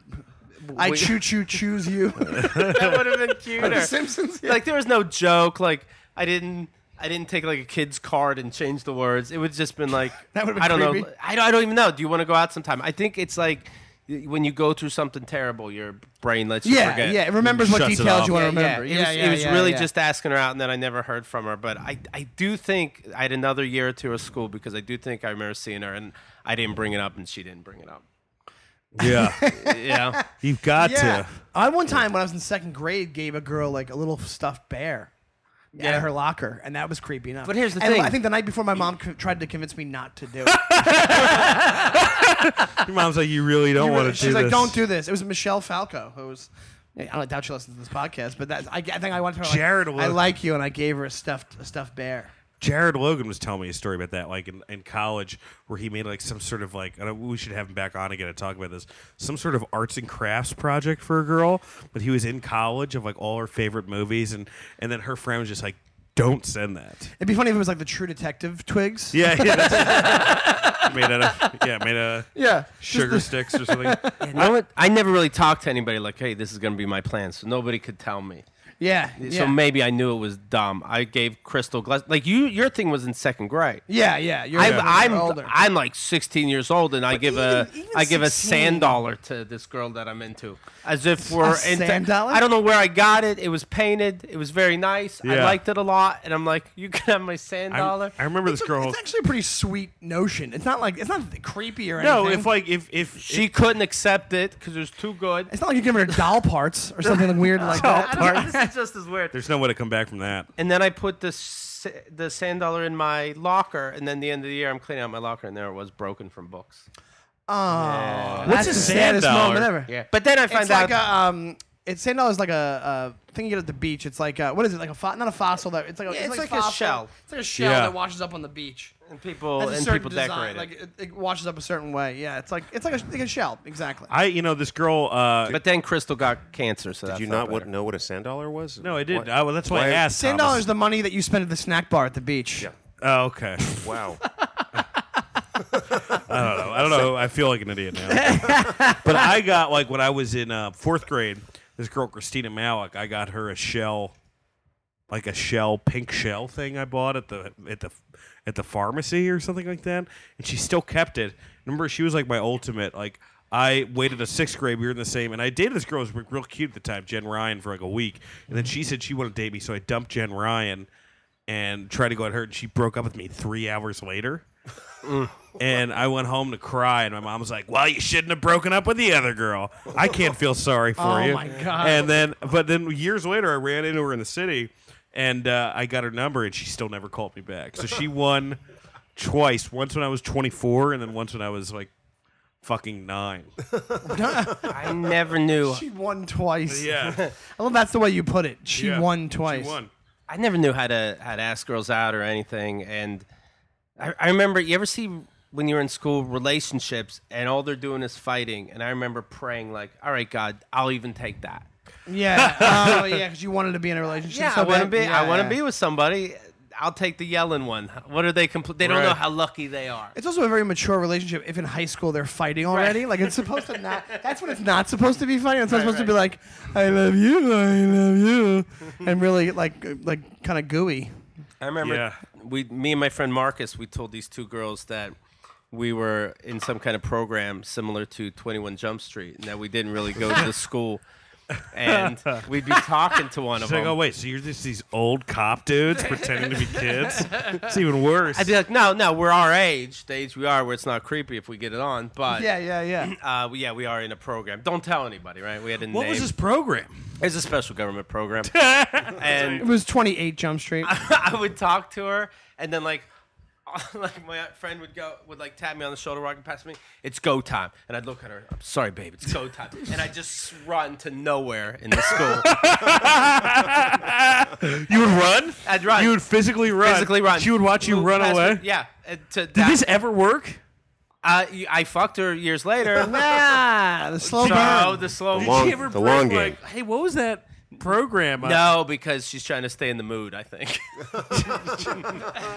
D: I
C: wait.
D: choo choo choose you.
C: that would have been cuter
D: The Simpsons. yeah.
C: like there was no joke like i didn't I didn't take like a kid's card and change the words. It would just been like
D: That would've been
C: I don't know.
D: creepy.
C: I don't, I don't even know. Do you want to go out sometime? I think it's like y- when you go through something terrible, your brain lets you
D: yeah,
C: forget.
D: yeah. It remembers what
B: Shuts it
D: details
B: off.
D: you want to
C: Yeah,
D: remember.
C: Yeah, it was, it was really just asking her out, and then I never heard from her. But I, I do think I had another year or two of school because I do think I remember seeing her, and I didn't bring it up, and she didn't bring it up.
B: Yeah,
C: Yeah,
B: you've got
D: Yeah.
B: to.
D: I one time when I was in second grade gave a girl like a little stuffed bear. Out of her locker, and that was creepy enough.
C: But here's the
D: And
C: thing.
D: I think the night before, my mom co- tried to convince me not to do it.
B: Your mom's like, you really don't want to do
D: She's like,
B: this.
D: "Don't do this." It was Michelle Falco who was. I don't I doubt she listens to this podcast, but that's, I, I think I went to her.
B: Jared
D: like,
B: will-
D: I like you, and I gave her a stuffed a stuffed bear.
B: Jared Logan was telling me a story about that, like in, in college, where he made like some sort of like I don't- we should have him back on again to talk about this, some sort of arts and crafts project for a girl, but he was in college of like all her favorite movies, and and then her friend was just like, "Don't send that."
D: It'd be funny if it was like the True Detective twigs.
B: Yeah, yeah, that's, made out of yeah, made out of
D: Yeah.
B: sugar sticks or something.
C: Yeah, no one- I never really talked to anybody like, hey, this is going to be my plan. So nobody could tell me.
D: Yeah. Yeah.
C: So maybe I knew it was dumb. I gave Crystal glass. Like you, your thing was in second grade.
D: yeah, yeah. You're,
C: I'm,
D: you're
C: I'm,
D: older.
C: I'm like 16 years old, and I give a,
D: even
C: I give a
D: 16.
C: sand dollar to this girl that I'm into, as if we're
D: sand
C: into-
D: dollar?
C: I don't know where I got it. It was painted. It was very nice. I
B: Yeah.
C: liked it a lot, and I'm like, you can have my sand
B: I,
C: dollar.
B: I remember this
D: It's,
B: girl.
D: it's actually a pretty sweet notion. It's not like it's not creepy or
B: No,
D: anything.
B: if like if if
C: she couldn't accept it because it was too good.
D: it's not like you're giving her doll parts or something weird like
C: I
D: that.
C: don't know, this is just as weird.
B: there's no way to come back from that.
C: And then I put the sa- the sand dollar in my locker, and then the end of the year, I'm cleaning out my locker, and there it was broken from books.
D: What's
B: a
D: the
B: sand
D: saddest
B: dollar?
D: moment ever?
C: Yeah, but then I find
D: It's
C: out
D: like a um. It's sand dollar is like a, a thing you get at the beach. It's like a, what is it? Like a fo- not a fossil. That it's like a,
C: Yeah, it's like a
D: fossil.
C: shell.
D: It's like a shell
B: Yeah.
D: that washes up on the beach.
C: and people
D: Has a
C: and
D: certain
C: people
D: design,
C: decorate it.
D: Like it, it washes up a certain way. Yeah, it's like it's like a, like a shell exactly.
B: I you know this girl. Uh,
C: But then Crystal got cancer, so
E: Did you not what, know what a sand dollar was?
B: no, I did.
E: What?
B: I, well, that's why I
E: Why-
B: asked.
D: Sand
B: Thomas.
D: dollar is the money that you spend at the snack bar at the beach.
E: Yeah.
B: Oh, okay.
E: Wow.
B: I don't know. I don't know. I feel like an idiot now. but I got like when I was in uh, fourth grade, this girl Christina Malik. I got her a shell, like a shell, pink shell thing I bought at the at the at the pharmacy or something like that, and she still kept it. Remember, she was like my ultimate. Like I waited a sixth grade. We were in the same, and I dated this girl who was real cute at the time, Jen Ryan, for like a week, and then she said she wanted to date me, so I dumped Jen Ryan. And tried to go at her, and she broke up with me three hours later. And I went home to cry, and my mom was like, "Well, you shouldn't have broken up with the other girl. I can't feel sorry for
D: Oh,
B: you."
D: my God.
B: And then, but then years later, I ran into her in the city, and uh, I got her number, and she still never called me back. So she won twice: once when I was 24, and then once when I was like fucking nine.
C: I never knew.
D: She won twice.
B: Yeah,
D: I love that's the way you put it. She
B: Yeah.
D: won twice.
B: she won.
C: I never knew how to how to ask girls out or anything. And I, I remember you ever see when you're in school relationships and all they're doing is fighting. And I remember praying like, "All right, God, I'll even take that."
D: Yeah. oh yeah, because you wanted to be in a relationship.
C: Yeah,
D: so
C: I want to
D: bad.
C: be.
D: Yeah,
C: I want to
D: yeah.
C: be with somebody. I'll take the yelling one. What are they? Compl- they don't
B: Right.
C: know how lucky they are.
D: It's also a very mature relationship. If in high school they're fighting already, like it's supposed to not. That's when it's not supposed to be fighting. It's not supposed to be like, "I love you, I love you," and really like like kind of gooey.
C: I remember
B: Yeah.
C: we, me and my friend Marcus, we told these two girls that we were in some kind of program similar to 21 Jump Street, and that we didn't really go to the school. And we'd be talking to one of
B: She's like,
C: them.
B: "Oh wait, so you're just these old cop dudes pretending to be kids? It's even worse."
C: I'd be like, no, no, we're our age, the age we are, where it's not creepy if we get it on. But
D: Yeah, yeah, yeah.
C: uh, we- yeah, we are in a program. Don't tell anybody, right? We had a
B: what
C: name.
B: was this program?
C: It's a special government program. and
D: It was 28 Jump Street.
C: I would talk to her, and then like, like my friend would go, would like tap me on the shoulder, walking past me. It's go time, and I'd look at her. I'm sorry, babe. It's go time, and I just run to nowhere in the school.
B: You would run.
C: I'd run.
B: You would physically run.
C: Physically run.
B: She would watch you
C: Move
B: run
C: past me.
B: away.
C: Yeah. and To
B: Did
C: that,
B: this ever work?
C: uh, you- I fucked her years later.
D: ah, the slow
C: so
D: burn.
C: the slow.
E: The
C: mo-
E: long-
B: Did she ever
E: the
B: break,
E: long game.
B: Like, hey, what was that program? Uh, I-
C: No, because she's trying to stay in the mood. I think.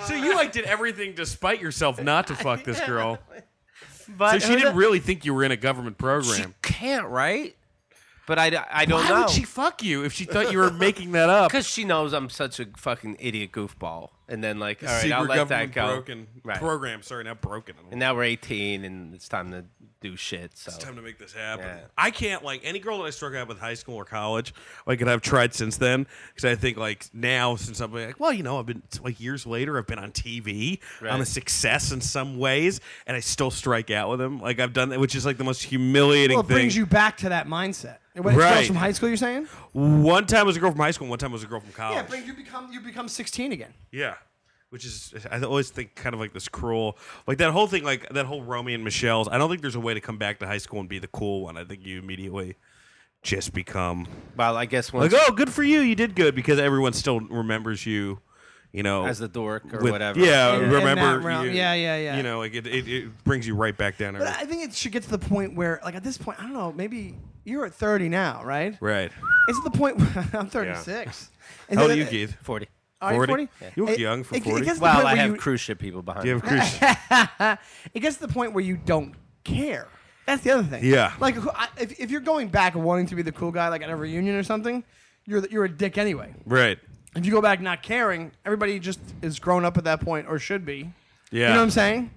B: So you like did everything to spite yourself not to fuck this girl.
C: But
B: So she
C: who
B: didn't
C: the-
B: really think you were in a government
C: She
B: program.
C: can't, right? But I, d- I don't
B: Why
C: know.
B: would she fuck you if she thought you were making that up?
C: Because she knows I'm such a fucking idiot goofball. And then like, all right,
B: Secret
C: I'll let that
B: government
C: go.
B: broken
C: Right.
B: program. Sorry, not broken.
C: and now we're 18, and it's time to do shit. So
B: It's time to make this happen.
C: Yeah.
B: I can't like any girl that I struck out with high school or college. Like, and I've tried since then because I think like now since I'm like, well, you know, I've been like years later. I've been on TV. I'm a
C: Right.
B: success in some ways, and I still strike out with them. Like I've done that, which is like the most humiliating
D: Well, it
B: thing.
D: brings you back to that mindset. When it starts
B: Right.
D: from high school, you're saying?
B: One time was a girl from high school, and one time was a girl from college.
D: Yeah, but you become you become 16 again.
B: Yeah. Which is, I always think kind of like this cruel, like that whole thing, like that whole Romeo and Michelle's. I don't think there's a way to come back to high school and be the cool one. I think you immediately just become
C: Well, I guess once
B: like, oh, good for you, you did good because everyone still remembers you, you know,
C: as the dork or
B: with-
C: whatever.
B: Yeah,
D: In- in that
B: remember,
D: realm.
B: you-
D: Yeah, yeah, yeah.
B: You know, like it, it, it brings you right back down. to
D: But
B: earth.
D: I think it should get to the point where, like, at this point, I don't know, maybe you're at 30 now, right?
B: right.
D: Is it the point where I'm 36? Is
B: How old
D: it-
B: are you, Keith?
C: Forty.
D: Are you
B: 40?
D: 40?
B: Yeah. You look young for
D: it- it
B: 40.
D: gets to the point
C: Well, I
D: where
C: have
D: you-
C: cruise ship people behind.
B: Do you
C: me.
B: have cruise?
D: it gets to the point where you don't care. That's the other thing.
B: Yeah.
D: Like who- I- if, if you're going back and wanting to be the cool guy, like at a reunion or something, you're the- you're a dick anyway.
B: right.
D: If you go back not caring, everybody just is grown up at that point or should be. You
B: Yeah.
D: know what I'm saying?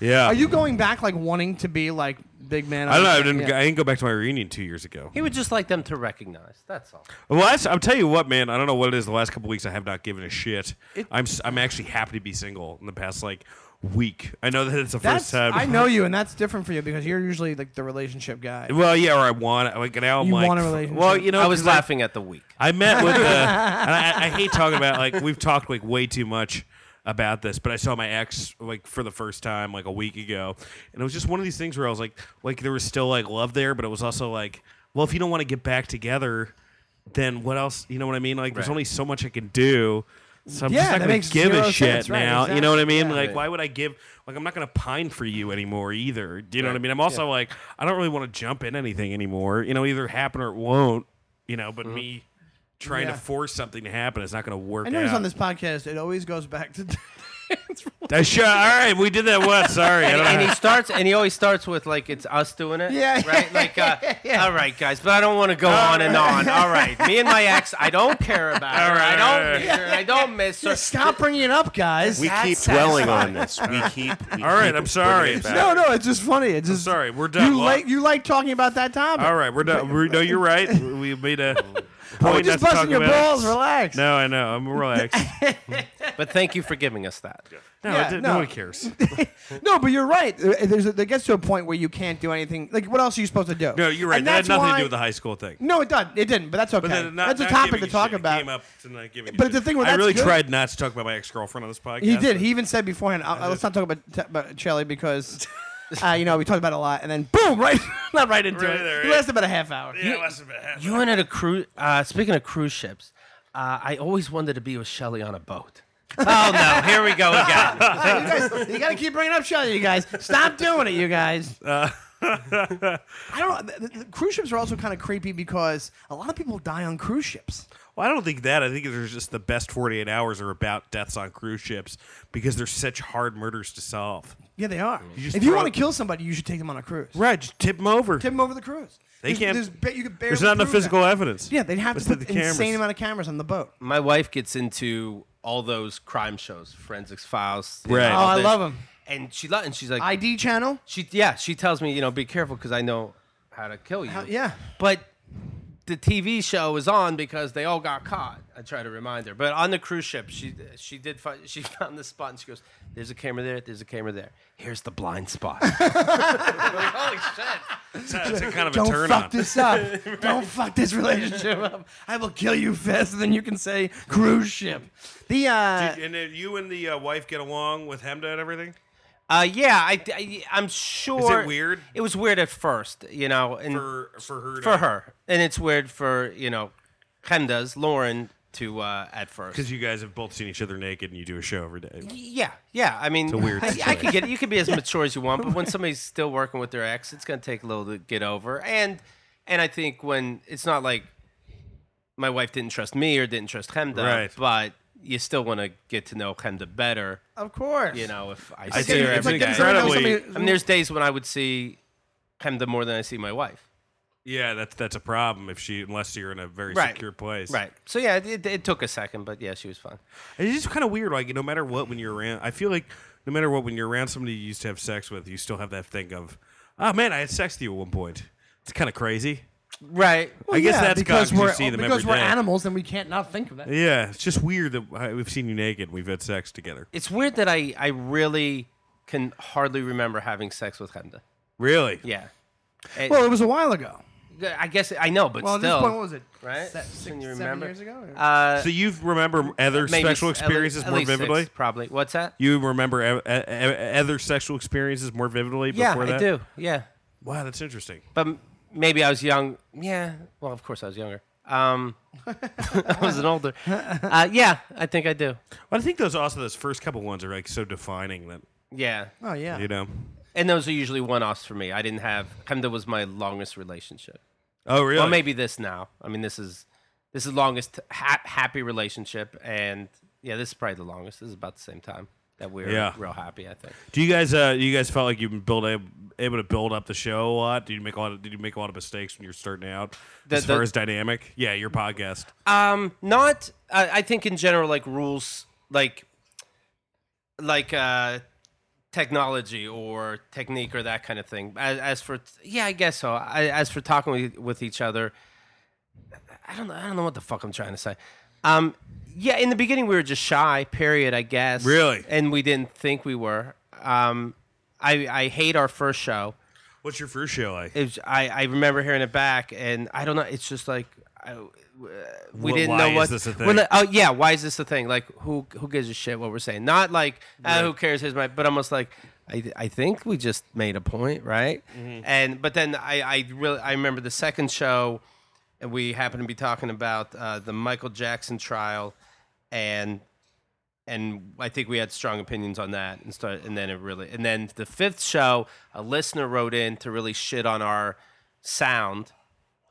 B: Yeah.
D: Are you going back like wanting to be like big man?
B: I don't know. I didn't.
D: Yeah.
B: I didn't go back to my reunion two years ago.
C: He would just like them to recognize. That's all.
B: Well, that's, I'll tell you what, man. I don't know what it is. The last couple weeks, I have not given a shit. I'm s- I'm actually happy to be single in the past like week. I know that it's the
D: That's,
B: first time.
D: I know you, and that's different for you because you're usually like the relationship guy.
B: Well, yeah, or I want like now I'm
D: You
B: like,
D: want a relationship.
B: well, you know,
C: I was
B: 'cause I-
C: laughing at the week.
B: I met with the, and I, I hate talking about like we've talked like way too much about this, but I saw my ex like for the first time like a week ago, and it was just one of these things where I was like, like there was still like love there, but it was also like, well, if you don't want to get back together, then what else? You know what I mean? Like, there's
C: Right.
B: only so much I can do. So I'm
D: Yeah,
B: just not
D: that
B: gonna
D: makes
B: give a
D: zero
B: shit
D: sense, right,
B: now. You know what I
D: exactly,
B: mean?
D: yeah.
B: Like,
C: Right.
B: why would I give? Like, I'm not gonna pine for you anymore either. Do you know what I mean? I'm also like, I don't really want to jump in anything anymore. You know, either happen or it won't. You know, but me trying
D: Yeah.
B: to force something to happen is not going to work.
D: I noticed
B: out.
D: on this podcast, it always goes back to.
B: I sure- all right, we did that once. Sorry, I don't
C: And
B: know.
C: he starts, and he always starts with like it's us doing it,
D: Yeah.
C: right? Like, uh,
D: Yeah.
C: all right, guys, but I don't want to go on and on. All right, me and my ex, I don't care about her.
B: right,
C: I
B: all
C: don't,
B: right.
C: need her. I don't miss her.
D: Just stop bringing it up, guys.
E: We keep dwelling on this. We keep. We
B: All right,
E: keep
B: I'm sorry.
E: bringing it back.
D: No, no, it's just funny. It's just
B: sorry, we're done.
D: You
B: Well-
D: like you like talking about that topic.
B: All right, we're done. We, no, you're right. We made a
D: We're
B: point
D: just
B: not to talk
D: busting your
B: about it.
D: balls. Relax.
B: No, I know. I'm relaxed.
C: But thank you for giving us that.
B: No,
D: Yeah,
B: it didn't-
D: no.
B: nobody cares.
D: No, but you're right. Uh, There's a, there gets to a point where you can't do anything. Like, what else are you supposed to do?
B: No, you're right.
D: And
B: That had
D: that's
B: nothing
D: why-
B: to do with the high school thing.
D: No, it doesn't. It didn't. But that's okay.
B: But then not,
D: that's a
B: not
D: topic
B: giving
D: to
B: you
D: talk
B: shit. It
D: about.
B: Came up to not giving you
D: But
B: shit.
D: the thing with
B: I
D: that's
B: really
D: good-
B: tried not to talk about my ex girlfriend on this podcast.
D: He did.
B: but-
D: He even said beforehand, I, let's not talk about, t- about Shelly because, uh, you know, we talked about it a lot. And then, boom, right, not right into
B: Right
D: it.
B: there,
D: It
B: yeah.
D: lasted about a half hour.
B: Yeah, it must have been half an
C: You
B: hour.
C: went at a cruise. Uh, speaking of cruise ships, uh, I always wanted to be with Shelly on a boat. Oh no, here we go again.
D: Hey, you guys, you got to keep bringing up Shelly, you guys. Stop doing it, you guys.
B: Uh,
D: I don't know. th- th- cruise ships are also kind of creepy because a lot of people die on cruise ships.
B: Well, I don't think that. I think there's just the best 48 hours are about deaths on cruise ships because they're such hard murders to solve.
D: Yeah, they are.
B: You just
D: if you
B: throw-
D: want to kill somebody, you should take them on a cruise.
B: Right, just tip them over.
D: Tip them over the cruise.
B: They
D: there's,
B: can't-
D: There's, ba- you could barely
B: There's not enough
D: prove that.
B: physical evidence.
D: Yeah, they'd have
B: Let's
D: to
B: do
D: put
B: the
D: insane
B: cameras.
D: amount of cameras on the boat.
C: My wife gets into all those crime shows, Forensics Files. you
B: Right.
C: know, all
D: Oh, I
C: this.
D: love 'em.
C: And she lo- and she's like,
D: ID channel.
C: she yeah, she tells me you know be careful because I know how to kill you.
D: yeah.
C: But the TV show was on because they all got caught. I try to remind her. But on the cruise ship, she she did find, she found the spot and she goes, "There's a camera there. There's a camera there. Here's the blind spot." Holy shit!
B: It's a, it's a kind of a
D: Don't
B: turn
D: fuck
B: on.
D: this up. Don't fuck this relationship up. I will kill you faster than you can say cruise ship. The uh,
B: And then you and the uh, wife get along with Hemda and everything?
C: Uh, yeah, I, I am sure.
B: weird?
C: It was weird at first, you know, and
B: For, for her.
C: for her, and it's weird for you know, Kenda's Lauren to uh, at first.
B: Because you guys have both seen each other naked and you do a show every day.
C: Yeah, yeah. I mean,
B: a weird
C: I, I
B: situation.
C: could get it. You could be as mature as you want, but when somebody's still working with their ex, it's gonna take a little to get over. And and I think when it's not like my wife didn't trust me or didn't trust Hemda,
B: Right.
C: but you still want to get to know Hemda better.
D: of course.
C: You know, if I,
B: I
C: see
B: think
C: her
B: it's
C: every
B: like
C: day.
D: getting someone to know
B: incredibly-
D: somebody-
C: I mean, there's days when I would see Hemda more than I see my wife.
B: Yeah, that's that's a problem if she unless you're in a very
C: Right.
B: secure place.
C: Right. So yeah, it, it took a second, but yeah, she was fine.
B: It's just kind of weird. Like no matter what, when you're around, I feel like no matter what, when you're around somebody you used to have sex with, you still have that thing of, oh man, I had sex with you at one point. It's kind of crazy.
C: Right.
B: I guess
D: yeah,
B: that's
D: because
B: gone, 'cause you
D: we're
B: see them
D: because
B: every
D: we're
B: day.
D: animals and we can't not think of that.
B: Yeah, it's just weird that uh, we've seen you naked. We've had sex together.
C: It's weird that I I really can hardly remember having sex with Hemda.
B: Really?
C: Yeah.
D: Well, it was a while ago.
C: I guess I know, but
D: Well, at
C: still,
D: this point, what was it?
C: right?
D: Se-
C: Can
D: six,
C: you
D: seven
C: remember?
D: years ago. or-
C: Uh,
B: So you remember other
C: maybe
B: sexual
C: s- at le-
B: experiences
C: at
B: more
C: least six,
B: vividly?
C: probably. What's that?
B: You remember ev- e- e- other sexual experiences more vividly
C: yeah,
B: before
C: I
B: that?
C: do. Yeah,
B: Wow, that's interesting.
C: but m- maybe I was young. Yeah. Well, of course I was younger. Um, I was an older. Uh, yeah, I think I do.
B: But I think those also those first couple ones are like so defining that
C: Yeah.
D: Oh yeah.
B: you know.
C: And those are usually one offs for me. I didn't have Chemda was my longest relationship.
B: Oh really?
C: Well, maybe this now. I mean, this is this is longest ha- happy relationship, and yeah, this is probably the longest. This is about the same time that we were
B: Yeah.
C: real happy. I think.
B: Do you guys uh you guys felt like you've been build able to build up the show a lot? Did you make a lot of did you make a lot of mistakes when you're starting out
C: The-
B: as
C: the-
B: far as dynamic? Yeah, your podcast.
C: Um, not. I, I think in general, like rules, like like uh, technology or technique or that kind of thing. As, as for yeah, I guess so. I, as for talking with, with each other, I don't know. I don't know what the fuck I'm trying to say. Um, yeah, in the beginning we were just shy. Period. I guess.
B: Really?
C: And we didn't think we were. Um, I I hate our first show
B: What's your first show like?
C: it was, I, I remember hearing it back, and I don't know. It's just like I, uh, we
B: Wh-
C: didn't
B: why
C: know
B: is
C: what.
B: this a
C: we're
B: thing?
C: like, oh yeah, why is this a thing? Like who who gives a shit what we're saying? Not like ah, who cares? Here's my. But almost like I, I think we just made a point, right?
B: Mm-hmm.
C: And but then I I really I remember the second show, and we happened to be talking about uh, the Michael Jackson trial, and and I think we had strong opinions on that and start and then it really and then the fifth show a listener wrote in to really shit on our sound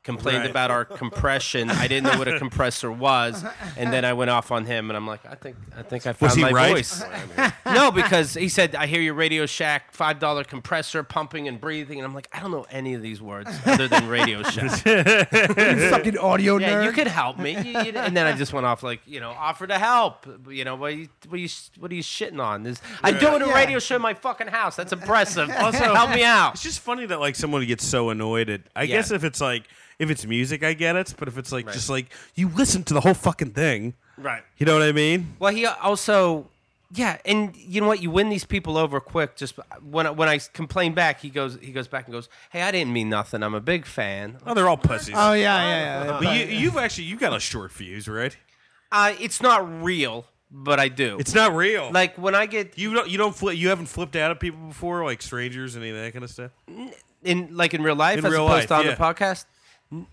C: complained
B: Right.
C: about our compression I didn't know what a compressor was and then I went off on him and I'm like I think I think I found
B: he
C: my
B: right?
C: voice no because he said I hear your Radio Shack five dollar compressor pumping and breathing and I'm like I don't know any of these words other than Radio Shack
D: You fucking audio
C: yeah,
D: nerd.
C: you could help me. You- you- and then I just went off like, you know, offer to help. You know, what are you, what are you, what are you shitting on? This, I'm doing a
D: Yeah.
C: radio show in my fucking house. That's impressive. Also, help me out.
B: It's just funny that like someone gets so annoyed at. I guess if it's like if it's music, I get it. But if it's like just like you listen to the whole fucking thing,
C: Right.
B: You know what I mean?
C: Well, he also, yeah, and you know what? You win these people over quick. Just when I- when I complain back, he goes he goes back and goes, "Hey, I didn't mean nothing. I'm a big fan."
B: Oh, they're all pussies.
C: uh,
D: Oh yeah, yeah, yeah.
B: but you, you've actually you got a short fuse, right?
C: Uh, it's not real, but I do.
B: It's not real.
C: like when I get
B: you don't you don't flip you haven't flipped out at people before, like strangers and any of that kind of stuff.
C: in like in real life
B: In
C: as
B: real life,
C: opposed to on
B: yeah.
C: the podcast? N-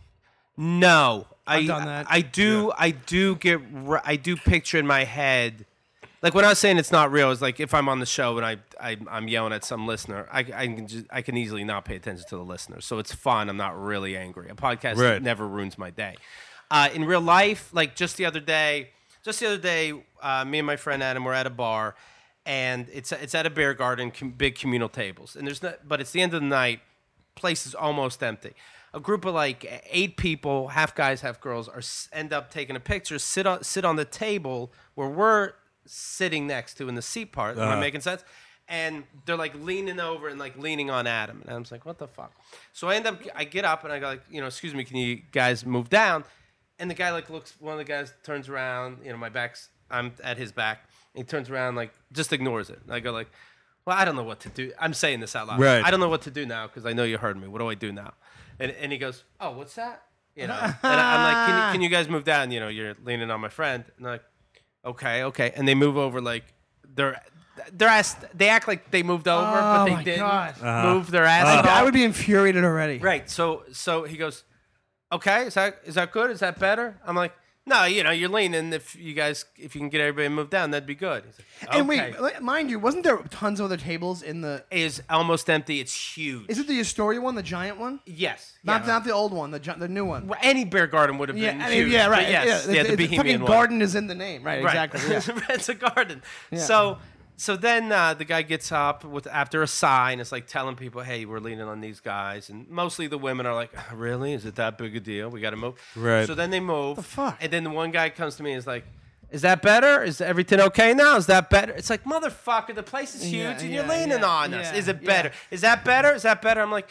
C: No, I've
D: done that.
C: I do. I do get. r- I do picture in my head, like when I was saying it's not real. It's like if I'm on the show and I, I I'm yelling at some listener, I, I can just, I can easily not pay attention to the listener. So it's fun. I'm not really angry. A podcast
B: Right.
C: never ruins my day. Uh, in real life, like just the other day, just the other day, uh, me and my friend Adam were at a bar, and it's it's at a beer garden, com- big communal tables, and there's not, but it's the end of the night, place is almost empty. A group of like eight people, half guys, half girls, are s- end up taking a picture, sit on sit on the table where we're sitting next to in the seat part. Am I making sense? And they're like leaning over and like leaning on Adam, and Adam's like, "What the fuck?" So I end up, I get up and I go like, "You know, excuse me, can you guys move down?" And the guy like looks, one of the guys turns around, you know, my back's, I'm at his back, and he turns around like just ignores it. And I go like, "Well, I don't know what to do." I'm saying this out loud.
B: Right.
C: I don't know what to do now because I know you heard me. What do I do now? And and he goes, "Oh, what's that?" You know, and I'm like, "Can you, can you guys move down?" You know, you're leaning on my friend, and they're like, "Okay, okay," and they move over like they're. Their ass, they act like they moved over, but
D: Oh
C: they
D: my
C: didn't
D: God.
C: move their ass.
B: Uh-huh.
C: at all.
D: I would be infuriated already.
C: Uh-huh. Right. So so he goes, okay, is that is that good? Is that better? I'm like, no, you know, you're leaning. If you guys, if you can get everybody to move down, that'd be good. He's like,
D: And
C: okay.
D: wait, li- mind you, wasn't there tons of other tables in the?
C: is almost empty. It's huge.
D: Is it the Astoria one, the giant one?
C: yes.
D: Not
C: yeah.
D: not the old one, the gi- the new one.
C: Well, Any bear garden would have
D: Yeah,
C: been
D: I
C: huge.
D: mean, yeah,
C: but
D: right.
C: Yes,
D: yeah,
C: yeah,
D: it's-
C: the
D: it's-
C: Bohemian
D: fucking
C: one.
D: garden is in the name, right? Exactly. yeah.
C: it's a garden. So so then uh, the guy gets up with after a sign. It's like telling people, "Hey, we're leaning on these guys," and mostly the women are like, "Oh, "Really? Is it that big a deal? We got to move."
B: Right.
C: So then they move. The
D: fuck?
C: And then the one guy comes to me and is like. Is that better? Is everything okay now? Is that better? It's like motherfucker, the place is huge,
D: Yeah,
C: and you're
D: yeah,
C: leaning
D: yeah,
C: on us.
D: yeah,
C: Is it
D: yeah.
C: better? Is that better? Is that better? I'm like,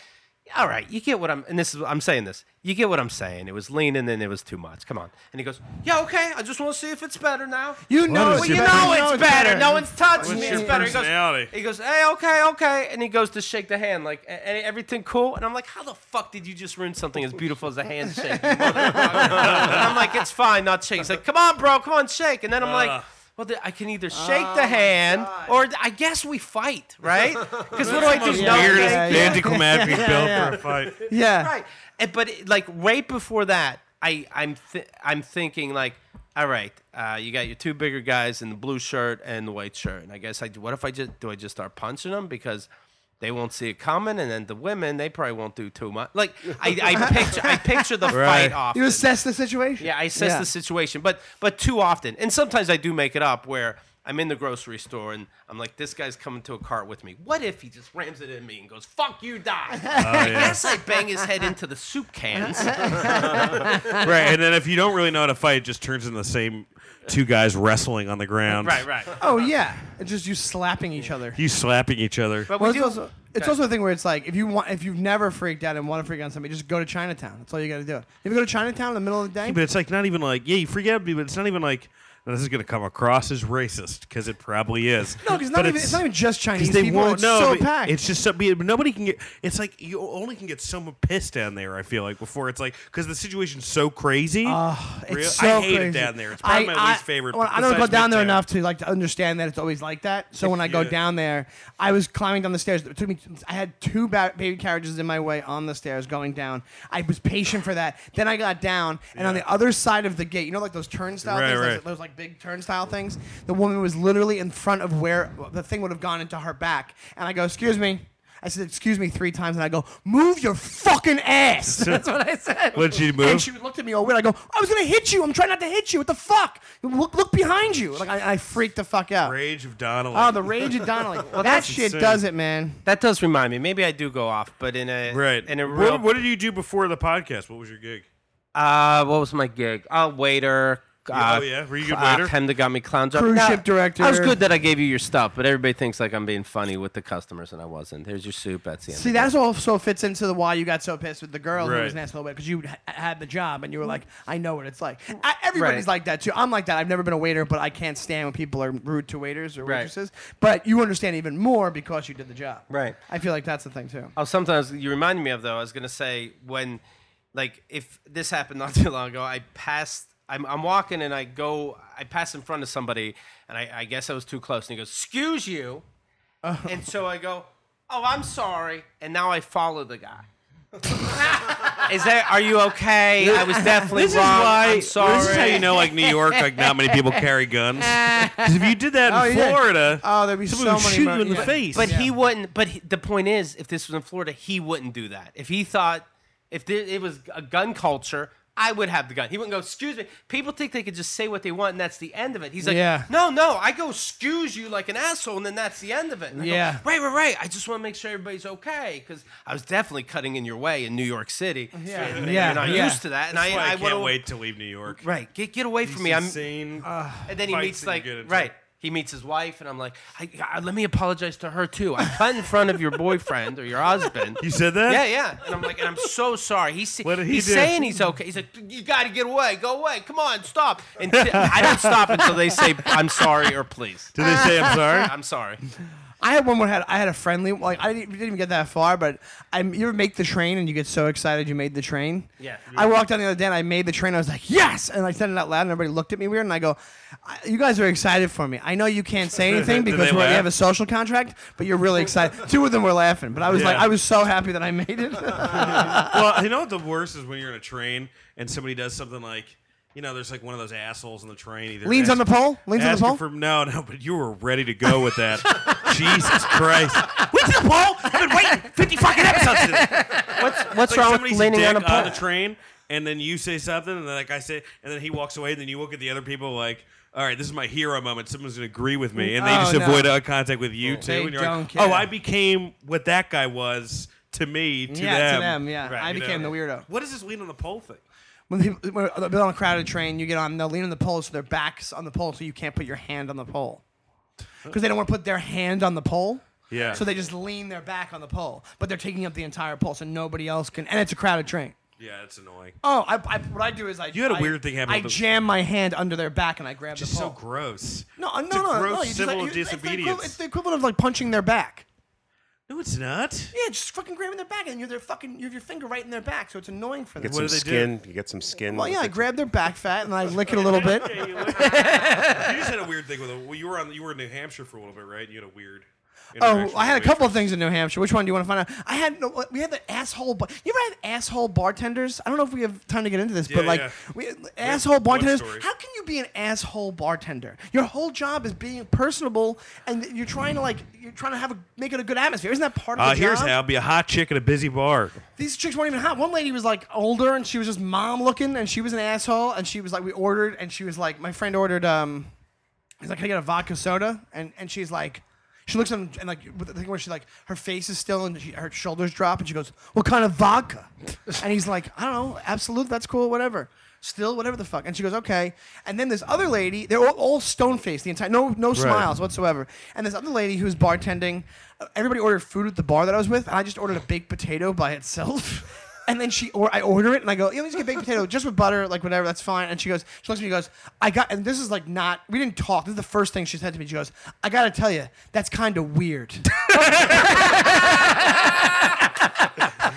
C: all right, you get what I'm, and this is, I'm saying this. You get what I'm saying. It was leaning and it was too much. Come on. And he goes, yeah, okay. I just want to see if it's better now.
D: You know,
B: is
D: it's
B: it
C: you
B: better?
C: know it's better. No one's touched me.
B: your
C: It's better. He goes,
B: personality?
C: he goes, hey, okay, okay. And he goes to shake the hand, like, "A- a- everything cool? And I'm like, how the fuck did you just ruin something as beautiful as a handshake? you motherfucker?" and I'm like, it's fine, not shake. He's like, come on, bro, come on, shake. And then I'm like, Well, the, I can either shake the hand or I guess we fight, right? Because what do I do?
B: Weirdest,
C: No,
D: yeah,
C: thank you.
D: yeah.
B: anticlimactic bill
D: yeah.
B: for a fight.
D: Yeah.
C: right. And, but it- like right before that, I I'm th- I'm thinking like, all right, uh, you got your two bigger guys in the blue shirt and the white shirt, and I guess I what if I just do I just start punching them because. They won't see it coming, and then the women they probably won't do too much. Like I, I picture, I picture the
B: Right.
C: fight off.
D: You assess the situation.
C: Yeah, I assess the situation, but but too often, and sometimes I do make it up where I'm in the grocery store and I'm like, this guy's coming to a cart with me. What if he just rams it in me and goes, "Fuck you, die"? I guess I bang his head into the soup cans.
B: Right, and then if you don't really know how to fight, it just turns into the same two guys wrestling on the ground.
C: right, right.
D: Oh yeah. It's just you slapping each other.
B: You slapping each other.
C: But
D: Well,
C: we
D: it's
C: do.
D: also it's also a thing where it's like if you want if you've never freaked out and want to freak out on somebody, just go to Chinatown. That's all you got to do. You ever go to Chinatown in the middle of the day?
B: But it's like not even like yeah, you forget me, but it's not even like now, this is gonna come across as racist because it probably is.
D: No, because
B: But
D: not even it's not even just Chinese
B: Because they
D: people.
B: won't
D: it's
B: know.
D: so
B: but
D: packed.
B: It's just something nobody can get. It's like you only can get so much piss down there. I feel like before it's like because the situation's so crazy.
D: Ah, It's
B: Real-
D: so
B: I hate
D: crazy.
B: it down there. It's probably
D: I-
B: my
D: I-
B: least favorite.
D: Well, I don't go
B: besides
D: down there
B: Midtown.
D: enough to like to understand that it's always like that. So when I go
B: Yeah.
D: down there, I was climbing down the stairs. It took me. I had two ba- baby carriages in my way on the stairs going down. I was patient for that. Then I got down, and on
B: Yeah.
D: the other side of the gate, you know, like those turnstile
B: Right,
D: things, like
B: right.
D: those like big turnstile things. The woman was literally in front of where the thing would have gone into her back, and I go, "Excuse me." I said, "Excuse me" three times, and I go, "Move your fucking ass." That's what I said.
B: What'd she move?
D: And she looked at me all weird. I go, I was gonna hit you. I'm trying not to hit you. What the fuck? Look, look behind you. Like I, I freaked the fuck out.
B: Rage of Donnelly.
D: Oh, the rage of Donnelly. that
C: that's
D: shit
B: insane.
D: does it, man.
C: That does remind me. Maybe I do go off, but in a
B: right.
C: in a
B: What-
C: real.
B: what, did you do before the podcast? What was your gig?
C: Uh, what was my gig? Uh, waiter.
B: Yeah,
C: Uh,
B: oh, yeah. Were you a good
C: uh,
B: waiter?
C: Pem that got me clown job.
D: Cruise ship director.
C: I was good that I gave you your stuff, but everybody thinks like I'm being funny with the customers, and I wasn't. Here's your soup. That's the end.
D: See,
C: of it.
D: that's also fits into the why you got so pissed with the girl who
B: Right.
D: was an asshole because you ha- had the job and you were like, I know what it's like. I, everybody's
C: Right.
D: like that too. I'm like that. I've never been a waiter, but I can't stand when people are rude to waiters or
C: Right.
D: waitresses. But you understand even more because you did the job.
C: Right.
D: I feel like that's the thing too.
C: Oh, sometimes you remind me of though. I was gonna say when, like, if this happened not too long ago, I passed. I'm, I'm walking and I go. I pass in front of somebody, and I, I guess I was too close. And he goes, "Excuse you," and so I go, "Oh, I'm sorry." And now I follow the guy. is that? Are you okay? I was definitely
B: This is
C: wrong.
B: why.
C: I'm sorry.
B: This is how you know, like New York, like not many people carry guns. 'Cause if you did that
D: Oh,
B: in
D: you did.
B: Florida,
D: Oh, there'd be
B: someone
D: so
B: would
D: many
B: shoot
D: mur-
B: you in the
D: yeah.
B: face.
C: But he wouldn't. But he, the point is, if this was in Florida, he wouldn't do that. If he thought, if there, it was a gun culture, I would have the gun. He wouldn't go, "Excuse me." People think they could just say what they want, and that's the end of it. He's like,
D: Yeah.
C: "No, no, I go excuse you like an asshole, and then that's the end of it." And I go,
D: Yeah.
C: right, right, right. I just want to make sure everybody's okay because I was definitely cutting in your way in New York City. Yeah, and,
D: Yeah,
C: And I'm
D: yeah.
C: used to that, and
B: That's why I,
C: I, I,
B: can't
C: would've-
B: wait to leave New York.
C: Right, get get away from me. I'm
B: Insane.
C: and then he
B: fights
C: meets
B: that you
C: like
B: get into.
C: right. He meets his wife, and I'm like, I, I- let me apologize to her too. I cut in front of your boyfriend or your husband.
B: you said that?
C: yeah, yeah. And I'm like, and I'm so sorry. He's
B: What did he
C: he's
B: do?
C: saying he's okay. He's like, you got to get away. Go away. Come on, stop. And t- I don't stop until they say I'm sorry or please.
B: Did they say I'm sorry?
C: I'm sorry.
D: I had one where I had I had a friendly like I didn't, didn't even get that far, but I you ever make the train and you get so excited you made the train.
C: Yeah.
D: I walked down the other day and I made the train. and I was like yes, and I said it out loud and everybody looked at me weird and I go, "I- you guys are excited for me. I know you can't say anything
B: Did they
D: because we already
B: laugh?
D: have a social contract, but you're really excited. Two of them were laughing, but I was like
B: Yeah.
D: I was so happy that I made it.
B: well, you know what the worst is when you're in a train and somebody does something like, you know, there's like one of those assholes in the train. Either
D: Leans on the pole? Leans on the
B: asking
D: pole?
B: For, no, no, but you were ready to go with that. Jesus Christ! Leans on the pole? I've been waiting 50 fucking episodes. For this.
C: What's
B: It's like
C: wrong with
B: somebody's
C: leaning
B: dick
C: on a pole?
B: the train, and then you say something, and then like I say, and then he walks away, and then you look at the other people like. All right, this is my hero moment. Someone's gonna agree with me, and they
D: Oh,
B: just
D: no.
B: avoid eye contact with you too.
D: They
B: and you're like,
D: don't care.
B: "Oh, I became what that guy was to me, to
D: yeah,
B: them."
D: to them, yeah.
B: Right,
D: I
B: you
D: became
B: know?
D: the weirdo.
B: What is this lean on the pole thing?
D: When they when they're on a crowded train, you get on. They'll lean on the pole, so their backs on the pole, so you can't put your hand on the pole, because they don't want to put their hand on the pole.
B: Yeah.
D: So they just lean their back on the pole, but they're taking up the entire pole, so nobody else can. And it's a crowded train.
B: Yeah, it's annoying.
D: Oh, I, I, what I do is I.
B: You had a
D: I-
B: weird thing happen
D: I
B: with the-
D: jam my hand under their back and I grab
B: Just
D: the
B: so
D: pole.
B: gross.
D: no, no,
B: It's a
D: Oh. no, no,
B: gross
D: no. you just
B: civil
D: like- you- it's the equivalent-
B: disobedience.
D: It's the equivalent of like punching their back.
B: No, it's not.
D: Yeah, just fucking grab in their back, and you're their fucking you have your finger right in their back, so it's annoying for them.
E: Get
B: What
E: some
B: do they do?
E: skin. You get some skin.
D: Well, yeah,
E: with
D: I
E: the-
D: grab their back fat and I lick it a little bit.
B: Yeah, you, went- you just had a weird thing with a. Well, you were on. You were in New Hampshire for a little bit, right? You had a weird.
D: Oh,
B: interaction
D: I had a
B: with
D: couple of things in New Hampshire. Which one do you want to find out? I had no, we had the asshole. Bar- you ever had asshole bartenders? I don't know if we have time to get into this, but
B: Yeah,
D: like
B: yeah.
D: we, asshole
B: one
D: bartenders.
B: story.
D: How can you be an asshole bartender? Your whole job is being personable, and you're trying to like you're trying to have a, make it a good atmosphere. Isn't that part of
B: Uh,
D: the
B: here's
D: job?
B: how: be a hot chick at a busy bar.
D: These chicks weren't even hot. One lady was like older, and she was just mom looking, and she was an asshole, and she was like we ordered, and she was like my friend ordered um He's like, "Can I get a vodka soda?" And and she's like, she looks at him and like with the thing where she's like, her face is still and she, her shoulders drop, and she goes, "What kind of vodka?" and he's like, "I don't know, absolute, that's cool, whatever." Still, whatever the fuck. And she goes, okay. And then this other lady, they're all, all stone faced the entire, no, no smiles whatsoever. And this other lady who's bartending, uh, everybody ordered food at the bar that I was with. And I just ordered a baked potato by itself. And then she or I order it and I go, yeah, let me just get baked potato just with butter, like whatever, that's fine. And she goes, she looks at me and goes, I got and this is like not we didn't talk. This is the first thing she said to me. She goes, I gotta tell you, that's kind of weird.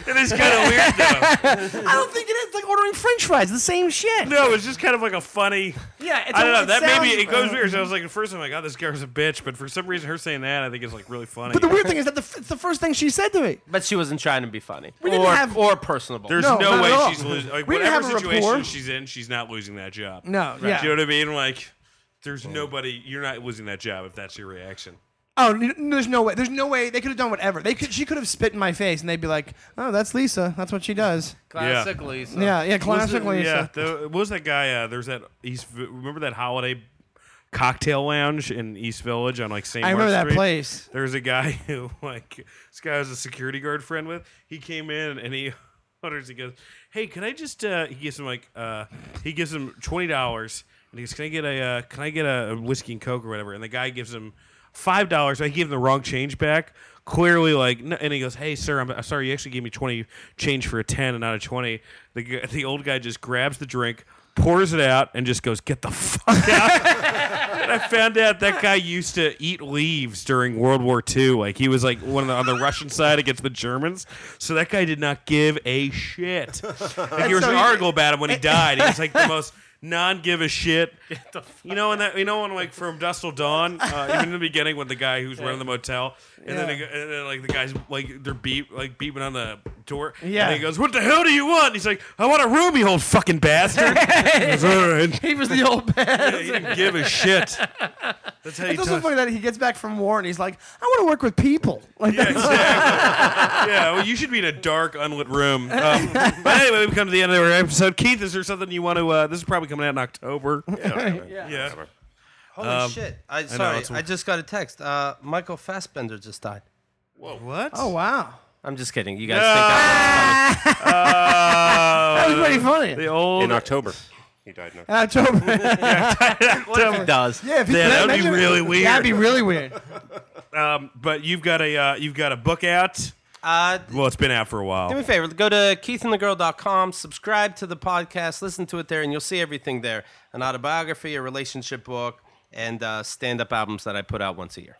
B: It is kind of weird though.
D: I don't think it is it's like ordering French fries, the same shit.
B: No, it's just kind of like a funny.
D: Yeah, it's
B: I don't
D: a-
B: know.
D: it
B: that maybe
D: sounds-
B: it goes weird. So I was like, at first, I'm like, oh, this girl's a bitch. But for some reason, her saying that, I think it's like really funny.
D: But the weird thing is that the, f- it's the first thing she said to me.
C: But she wasn't trying to be funny
D: didn't
C: or
D: have-
C: or personable.
B: There's
D: No,
B: no,
D: not at all.
B: way she's losing. Like,
D: We didn't
B: whatever
D: have a
B: situation
D: rapport.
B: she's in, she's not losing that job.
D: No, yeah.
B: Do you know what I mean? Like, there's nobody. You're not losing that job if that's your reaction.
D: Oh, n- n- there's no way. There's no way they could have done whatever. They could. She could have spit in my face, and they'd be like, "Oh, that's Lisa. That's what she does."
C: Classically, so-
D: Yeah, yeah, classic
B: Was it-
D: Lisa.
B: Yeah, the, what was that guy? Uh, there's that East. Remember that holiday cocktail lounge in East Village on like St.
D: I remember
B: Mark's
D: that
B: Street?
D: place.
B: There was a guy who like this guy I was a security guard friend with. He came in and he orders. He goes, "Hey, can I just?" Uh, he gives him like uh, he gives him twenty dollars and he goes, "Can I get a uh, can I get a whiskey and coke or whatever?" And the guy gives him five dollars. I gave him the wrong change back. Clearly, like, no, and he goes, "Hey, sir, I'm I'm sorry. You actually gave me twenty change for a ten and not a 20 The g- the old guy just grabs the drink. Pours it out and just goes, get the fuck out. I found out that guy used to eat leaves during World War II. Like he was like one of the, on the Russian side against the Germans. So that guy did not give a shit. Like, there was
D: so
B: an
D: he-
B: article about him when he died. He was like the most non-give a shit. You know, and that you know, when like from Dust Till Dawn, uh, even in the beginning, when the guy who's running the motel, and then
D: Yeah.
B: they go- and then like the guys like they're beat like beeping on the door.
D: Yeah.
B: and he goes, "What the hell do you want?" And he's like, "I want a room, you old fucking bastard." He goes, "All right."
D: He was the old man.
B: Yeah, he didn't give a shit. That's how you
D: It's also
B: talk.
D: funny that he gets back from war and he's like, "I want to work with people." Like
B: Yeah,
D: that's
B: exactly. yeah, well, you should be in a dark, unlit room. Um, but anyway, we've come to the end of our episode. Keith, is there something you want to? Uh, this is probably coming out in October.
E: Yeah.
B: Yeah.
C: Holy shit! I
B: Um, know,
C: sorry,
B: it's-
C: I, just got a text. Uh, Michael Fassbender just died.
B: What?
D: Oh wow,
C: I'm just kidding. You guys
B: Uh,
D: that was pretty funny.
B: the old.
E: In October, he died. In October.
D: October.
C: think that does.
D: yeah, if he-
B: Yeah, that would be
D: imagine-
B: really
D: That'd
B: weird.
D: be really weird.
B: Um, but you've got a uh, you've got a book out.
C: Uh,
B: Well, it's been out for a
C: Do me
B: while.
C: a favor. Go to keithandthegirl.com, subscribe to the podcast, listen to it there, and you'll see everything there an autobiography, a relationship book, and uh, stand up albums that I put out once a year.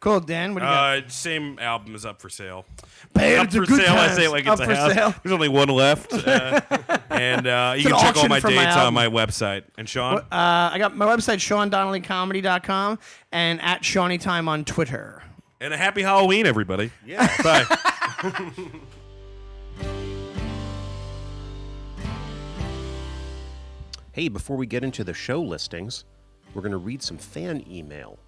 D: Cool, Dan. What do you got?
B: Uh, same album is up for sale.
D: Bam,
B: up
D: it's a
B: for
D: good
B: sale. I say it
D: times.
B: like
D: Up
B: it's a
D: for
B: house.
D: sale.
B: There's only one left, uh, and uh, you
D: an
B: can check all
D: auction
B: my
D: for my
B: dates
D: album.
B: on my website. And Sean,
D: Uh, I got my website SeanDonnellyComedy.com and at Shawnee Time on Twitter.
B: and a happy Halloween, everybody. Yeah. Bye.
E: Hey, before we get into the show listings, we're going to read some fan email.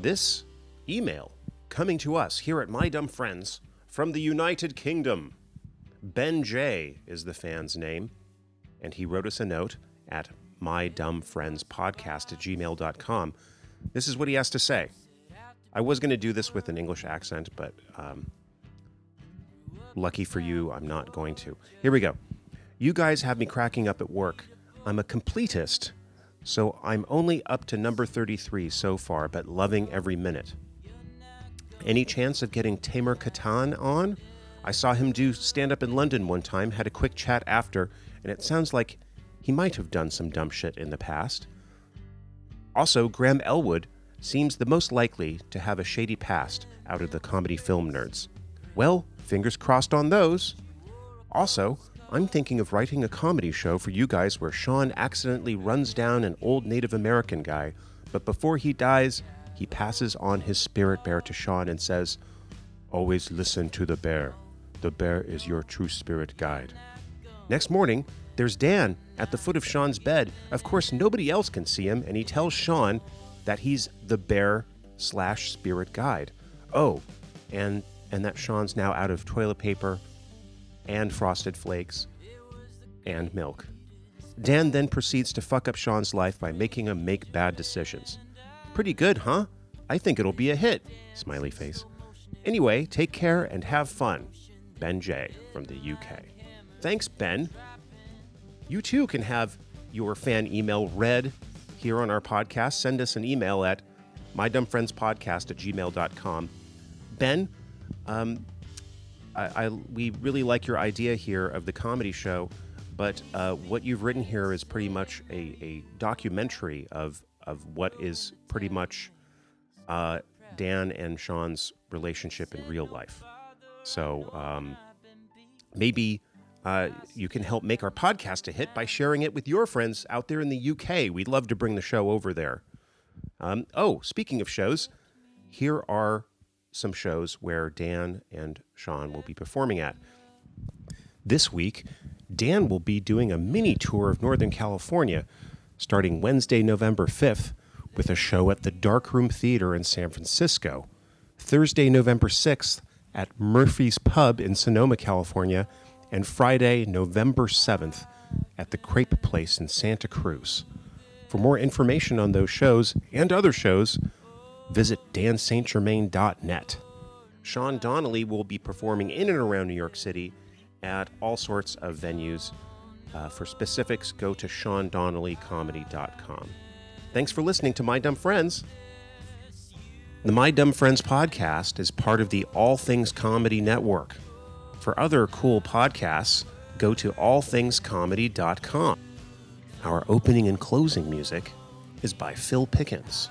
E: This email coming to us here at My Dumb Friends from the United Kingdom. Ben J is the fan's name, and he wrote us a note at mydumbfriendspodcast at gmail.com. This is what he has to say. I was going to do this with an English accent, but um, lucky for you, I'm not going to. Here we go. You guys have me cracking up at work. I'm a completist, so I'm only up to number 33 so far, but loving every minute. Any chance of getting Tamer Katan on? I saw him do stand up in London one time, had a quick chat after, and it sounds like he might have done some dumb shit in the past. Also, Graham Elwood seems the most likely to have a shady past out of the comedy film nerds. Well, fingers crossed on those. Also, I'm thinking of writing a comedy show for you guys where Sean accidentally runs down an old Native American guy, but before he dies, he passes on his spirit bear to Sean and says, Always listen to the bear. The bear is your true spirit guide. Next morning, there's Dan at the foot of Sean's bed. Of course, nobody else can see him, and he tells Sean that he's the bear slash spirit guide. Oh, and and that Sean's now out of toilet paper and frosted flakes and milk. Dan then proceeds to fuck up Sean's life by making him make bad decisions. Pretty good, huh? I think it'll be a hit. Smiley face. Anyway, take care and have fun. Ben J from the UK. Thanks, Ben. You too can have your fan email read here on our podcast. Send us an email at mydumbfriendspodcast at gmail.com. Ben, um, I, I, we really like your idea here of the comedy show, but uh, what you've written here is pretty much a, a documentary of, of what is pretty much uh, Dan and Sean's relationship in real life. So um, maybe uh, you can help make our podcast a hit by sharing it with your friends out there in the UK. We'd love to bring the show over there. Um, oh, speaking of shows, here are some shows where Dan and Sean will be performing at. This week, Dan will be doing a mini tour of Northern California starting Wednesday, November 5th, with a show at the Darkroom Theater in San Francisco. Thursday, November 6th, at Murphy's Pub in Sonoma, California. And Friday, November 7th, at the Crepe Place in Santa Cruz. For more information on those shows and other shows, visit danstgermain.net. Sean Donnelly will be performing in and around New York City at all sorts of venues. Uh, for specifics, go to SeanDonnellyComedy.com. Thanks for listening to My Dumb Friends. The My Dumb Friends podcast is part of the All Things Comedy Network. For other cool podcasts, go to allthingscomedy.com. Our opening and closing music is by Phil Pickens.